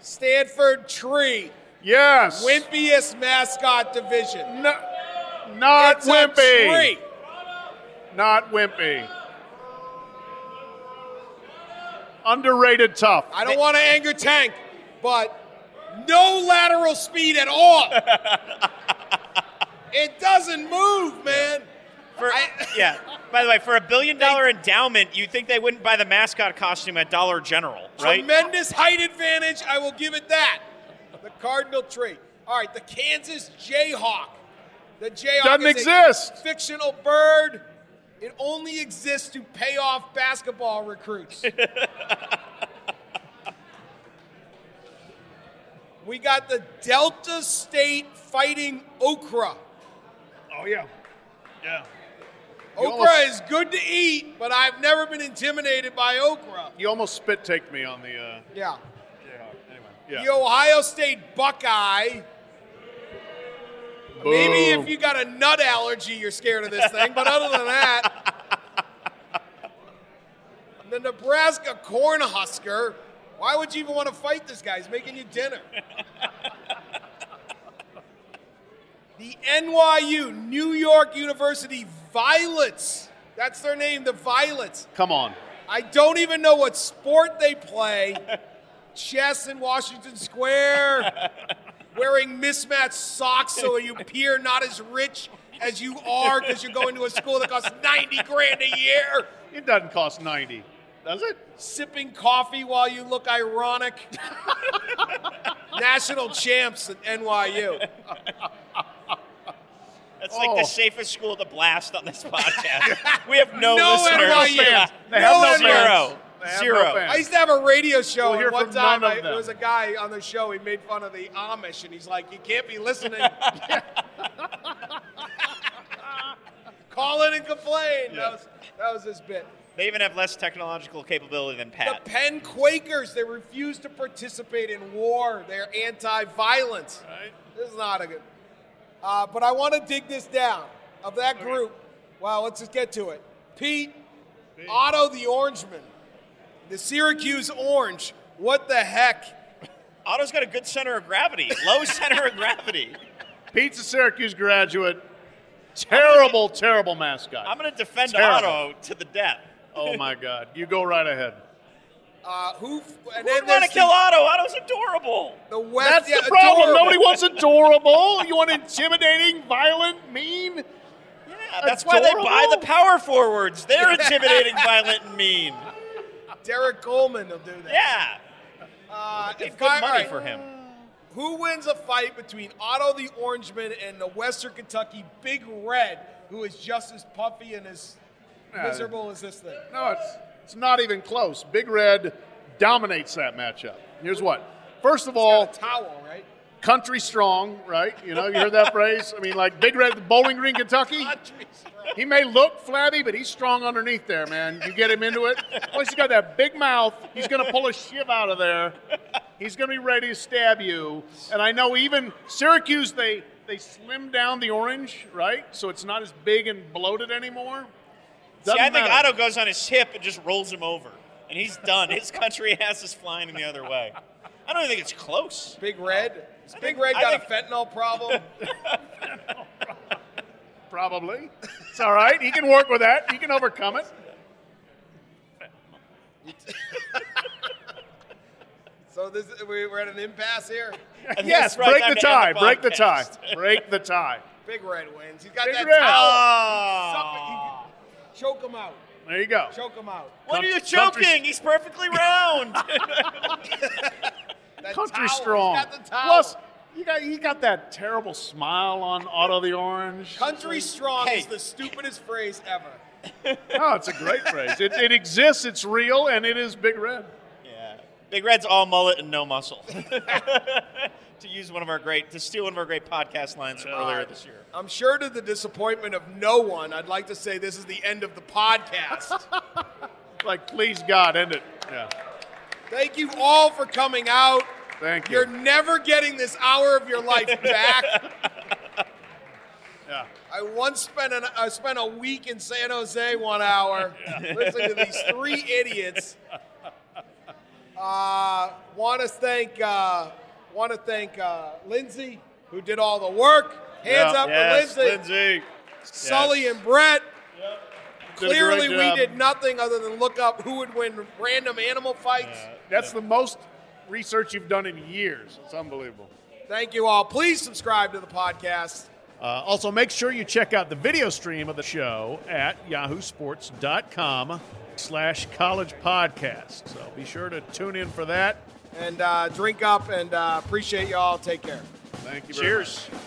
B: Stanford Tree,
C: Yes.
B: wimpiest mascot division.
C: No, not
B: It's a
C: wimpy.
B: tree.
C: Not wimpy. Underrated tough.
B: I don't want to anger Tank, but no lateral speed at all. it doesn't move, man.
D: For,
B: I-
D: yeah. By the way, for a billion dollar endowment, you think they wouldn't buy the mascot costume at Dollar General, right?
B: Tremendous height advantage. I will give it that. The Cardinal tree. All right, the Kansas Jayhawk. The Jayhawk
C: Doesn't
B: is a
C: exist.
B: Fictional bird. It only exists to pay off basketball recruits. we got the Delta State fighting okra.
C: Oh yeah. Yeah.
B: Okra
C: almost-
B: is good to eat, but I've never been intimidated by okra.
C: You almost spit take me on the. Uh,
B: Yeah.
C: anyway. Yeah.
B: The Ohio State Buckeye. Maybe
C: Boo.
B: if you got a nut allergy, you're scared of this thing, but other than that. The Nebraska Cornhusker. Why would you even want to fight this guy? He's making you dinner. the NYU, New York University Violets. That's their name, the Violets.
C: Come on.
B: I don't even know what sport they play. Chess in Washington Square, wearing mismatched socks so you appear not as rich as you are because you're going to a school that costs 90 grand a year.
C: It doesn't cost ninety, does it?
B: Sipping coffee while you look ironic. National champs at NYU.
D: That's like the
C: Oh.
D: safest school to blast on this podcast. we have no,
B: No
D: listeners.
B: NYU.
C: E They
B: No
C: have
B: one
C: no fans.
D: zero.
C: They have no
D: Zero.
C: fans.
B: I used to have a radio show,
C: We'll hear
B: and one
C: from
B: time
C: none
B: I,
C: of them.
B: there was a guy on the show. He made fun of the Amish, and he's like, "You can't be listening. Call in and complain." That was that was his bit.
D: They even have less technological capability than
B: The
D: Pat.
B: Penn Quakers they refuse to participate in war. They're anti-violence.
C: Right.
B: This is not a good. Uh, but I want to dig this down of that group. Well, let's just get to it. Pete, Otto the Orangeman, the Syracuse Orange. What the heck?
D: Otto's got a good center of gravity, low center of gravity.
C: Pete's a Syracuse graduate. Terrible, terrible mascot.
D: I'm going to defend
C: Terrible.
D: Otto to the death.
C: oh my God. You go right ahead.
B: Uh, who? And
E: Who
B: then
E: would want to
B: there's
E: kill
B: the,
E: Otto? Otto's adorable.
B: the West.
C: That's
B: yeah,
C: the problem.
B: adorable.
C: Nobody wants adorable. You want intimidating, violent, mean?
E: Yeah, that's why they buy
C: Adorable?
E: the power forwards. They're intimidating, violent, and mean.
B: Derek Coleman will do that.
E: Yeah,
B: Uh,
E: it's
B: if
E: good
B: I- all
E: money
B: right,
E: for him.
B: Who wins a fight between Otto the Orangeman and the Western Kentucky Big Red, who is just as puffy and as
C: Yeah.
B: miserable as this thing?
C: No, it's it's not even close. Big Red dominates that matchup. Here's what. First of
B: Got
C: all,
B: a towel, right?
C: country strong, right? You know, you heard that phrase. I mean, like Big Red, Bowling Green, Kentucky. He may look flabby, but he's strong underneath there, man. You get him into it. Once he's got that big mouth, he's going to pull a shiv out of there. He's going to be ready to stab you. And I know even Syracuse, they they slimmed down the orange, right? So it's not as big and bloated anymore.
E: See,
C: Doesn't
E: I think
C: matter.
E: Otto goes on his hip and just rolls him over, and he's done. His country ass is flying in the other way. I don't even think it's close.
B: Big Red. Has Big
E: think-
B: Red
E: I
B: got a
E: think-
B: fentanyl problem?
C: Probably. It's all right. He can work with that. He can overcome it.
B: so this we, we're at an impasse here.
E: I think
C: Yes,
E: it's probably
C: break
E: time
C: the
E: to end
C: tie. Break the tie.
E: podcast.
C: Break the tie.
B: Big Red wins. He's got
C: Big
B: that
C: Red. Ah.
B: towel.
E: Oh.
B: Suffocate- Choke him out.
C: There you go.
B: Choke him out.
E: What are you
C: Country-
E: choking? He's perfectly round.
B: That
C: Country
B: towel. He's
C: strong.
B: got the towel.
C: Plus, you got you got that terrible smile on Otto the Orange.
B: Country strong
E: Hey.
B: is the stupidest phrase ever.
C: Oh, it's a great phrase. It, it exists. It's real, and it is Big Red.
E: yeah. Big Red's all mullet and no muscle. to use one of our great, to steal one of our great podcast lines from earlier this year.
B: I'm sure to the disappointment of no one, I'd like to say this is the end of the podcast.
C: Like, please God, end it. Yeah.
B: Thank you all for coming out.
C: Thank you.
B: You're never getting this hour of your life back.
C: Yeah.
B: I once spent an I spent a week in San Jose, one hour, listening to these three idiots. Uh, want to thank uh, want to thank uh, Lindsay who did all the work. Hands
C: Yeah.
B: up
E: Yes,
B: for Lindsay,
E: Lindsay.
B: Sully
E: Yes.
B: and Brett.
C: Did a great
B: Clearly, we
C: job.
B: did nothing other than look up who would win random animal fights.
C: That's the most research you've done in years. It's unbelievable.
B: Thank you all. Please subscribe to the podcast.
C: Uh, also, make sure you check out the video stream of the show at yahoosports.com slash college podcast. So be sure to tune in for that.
B: and uh, drink up and uh, appreciate y'all. Take care.
C: Thank you very much.
E: Cheers.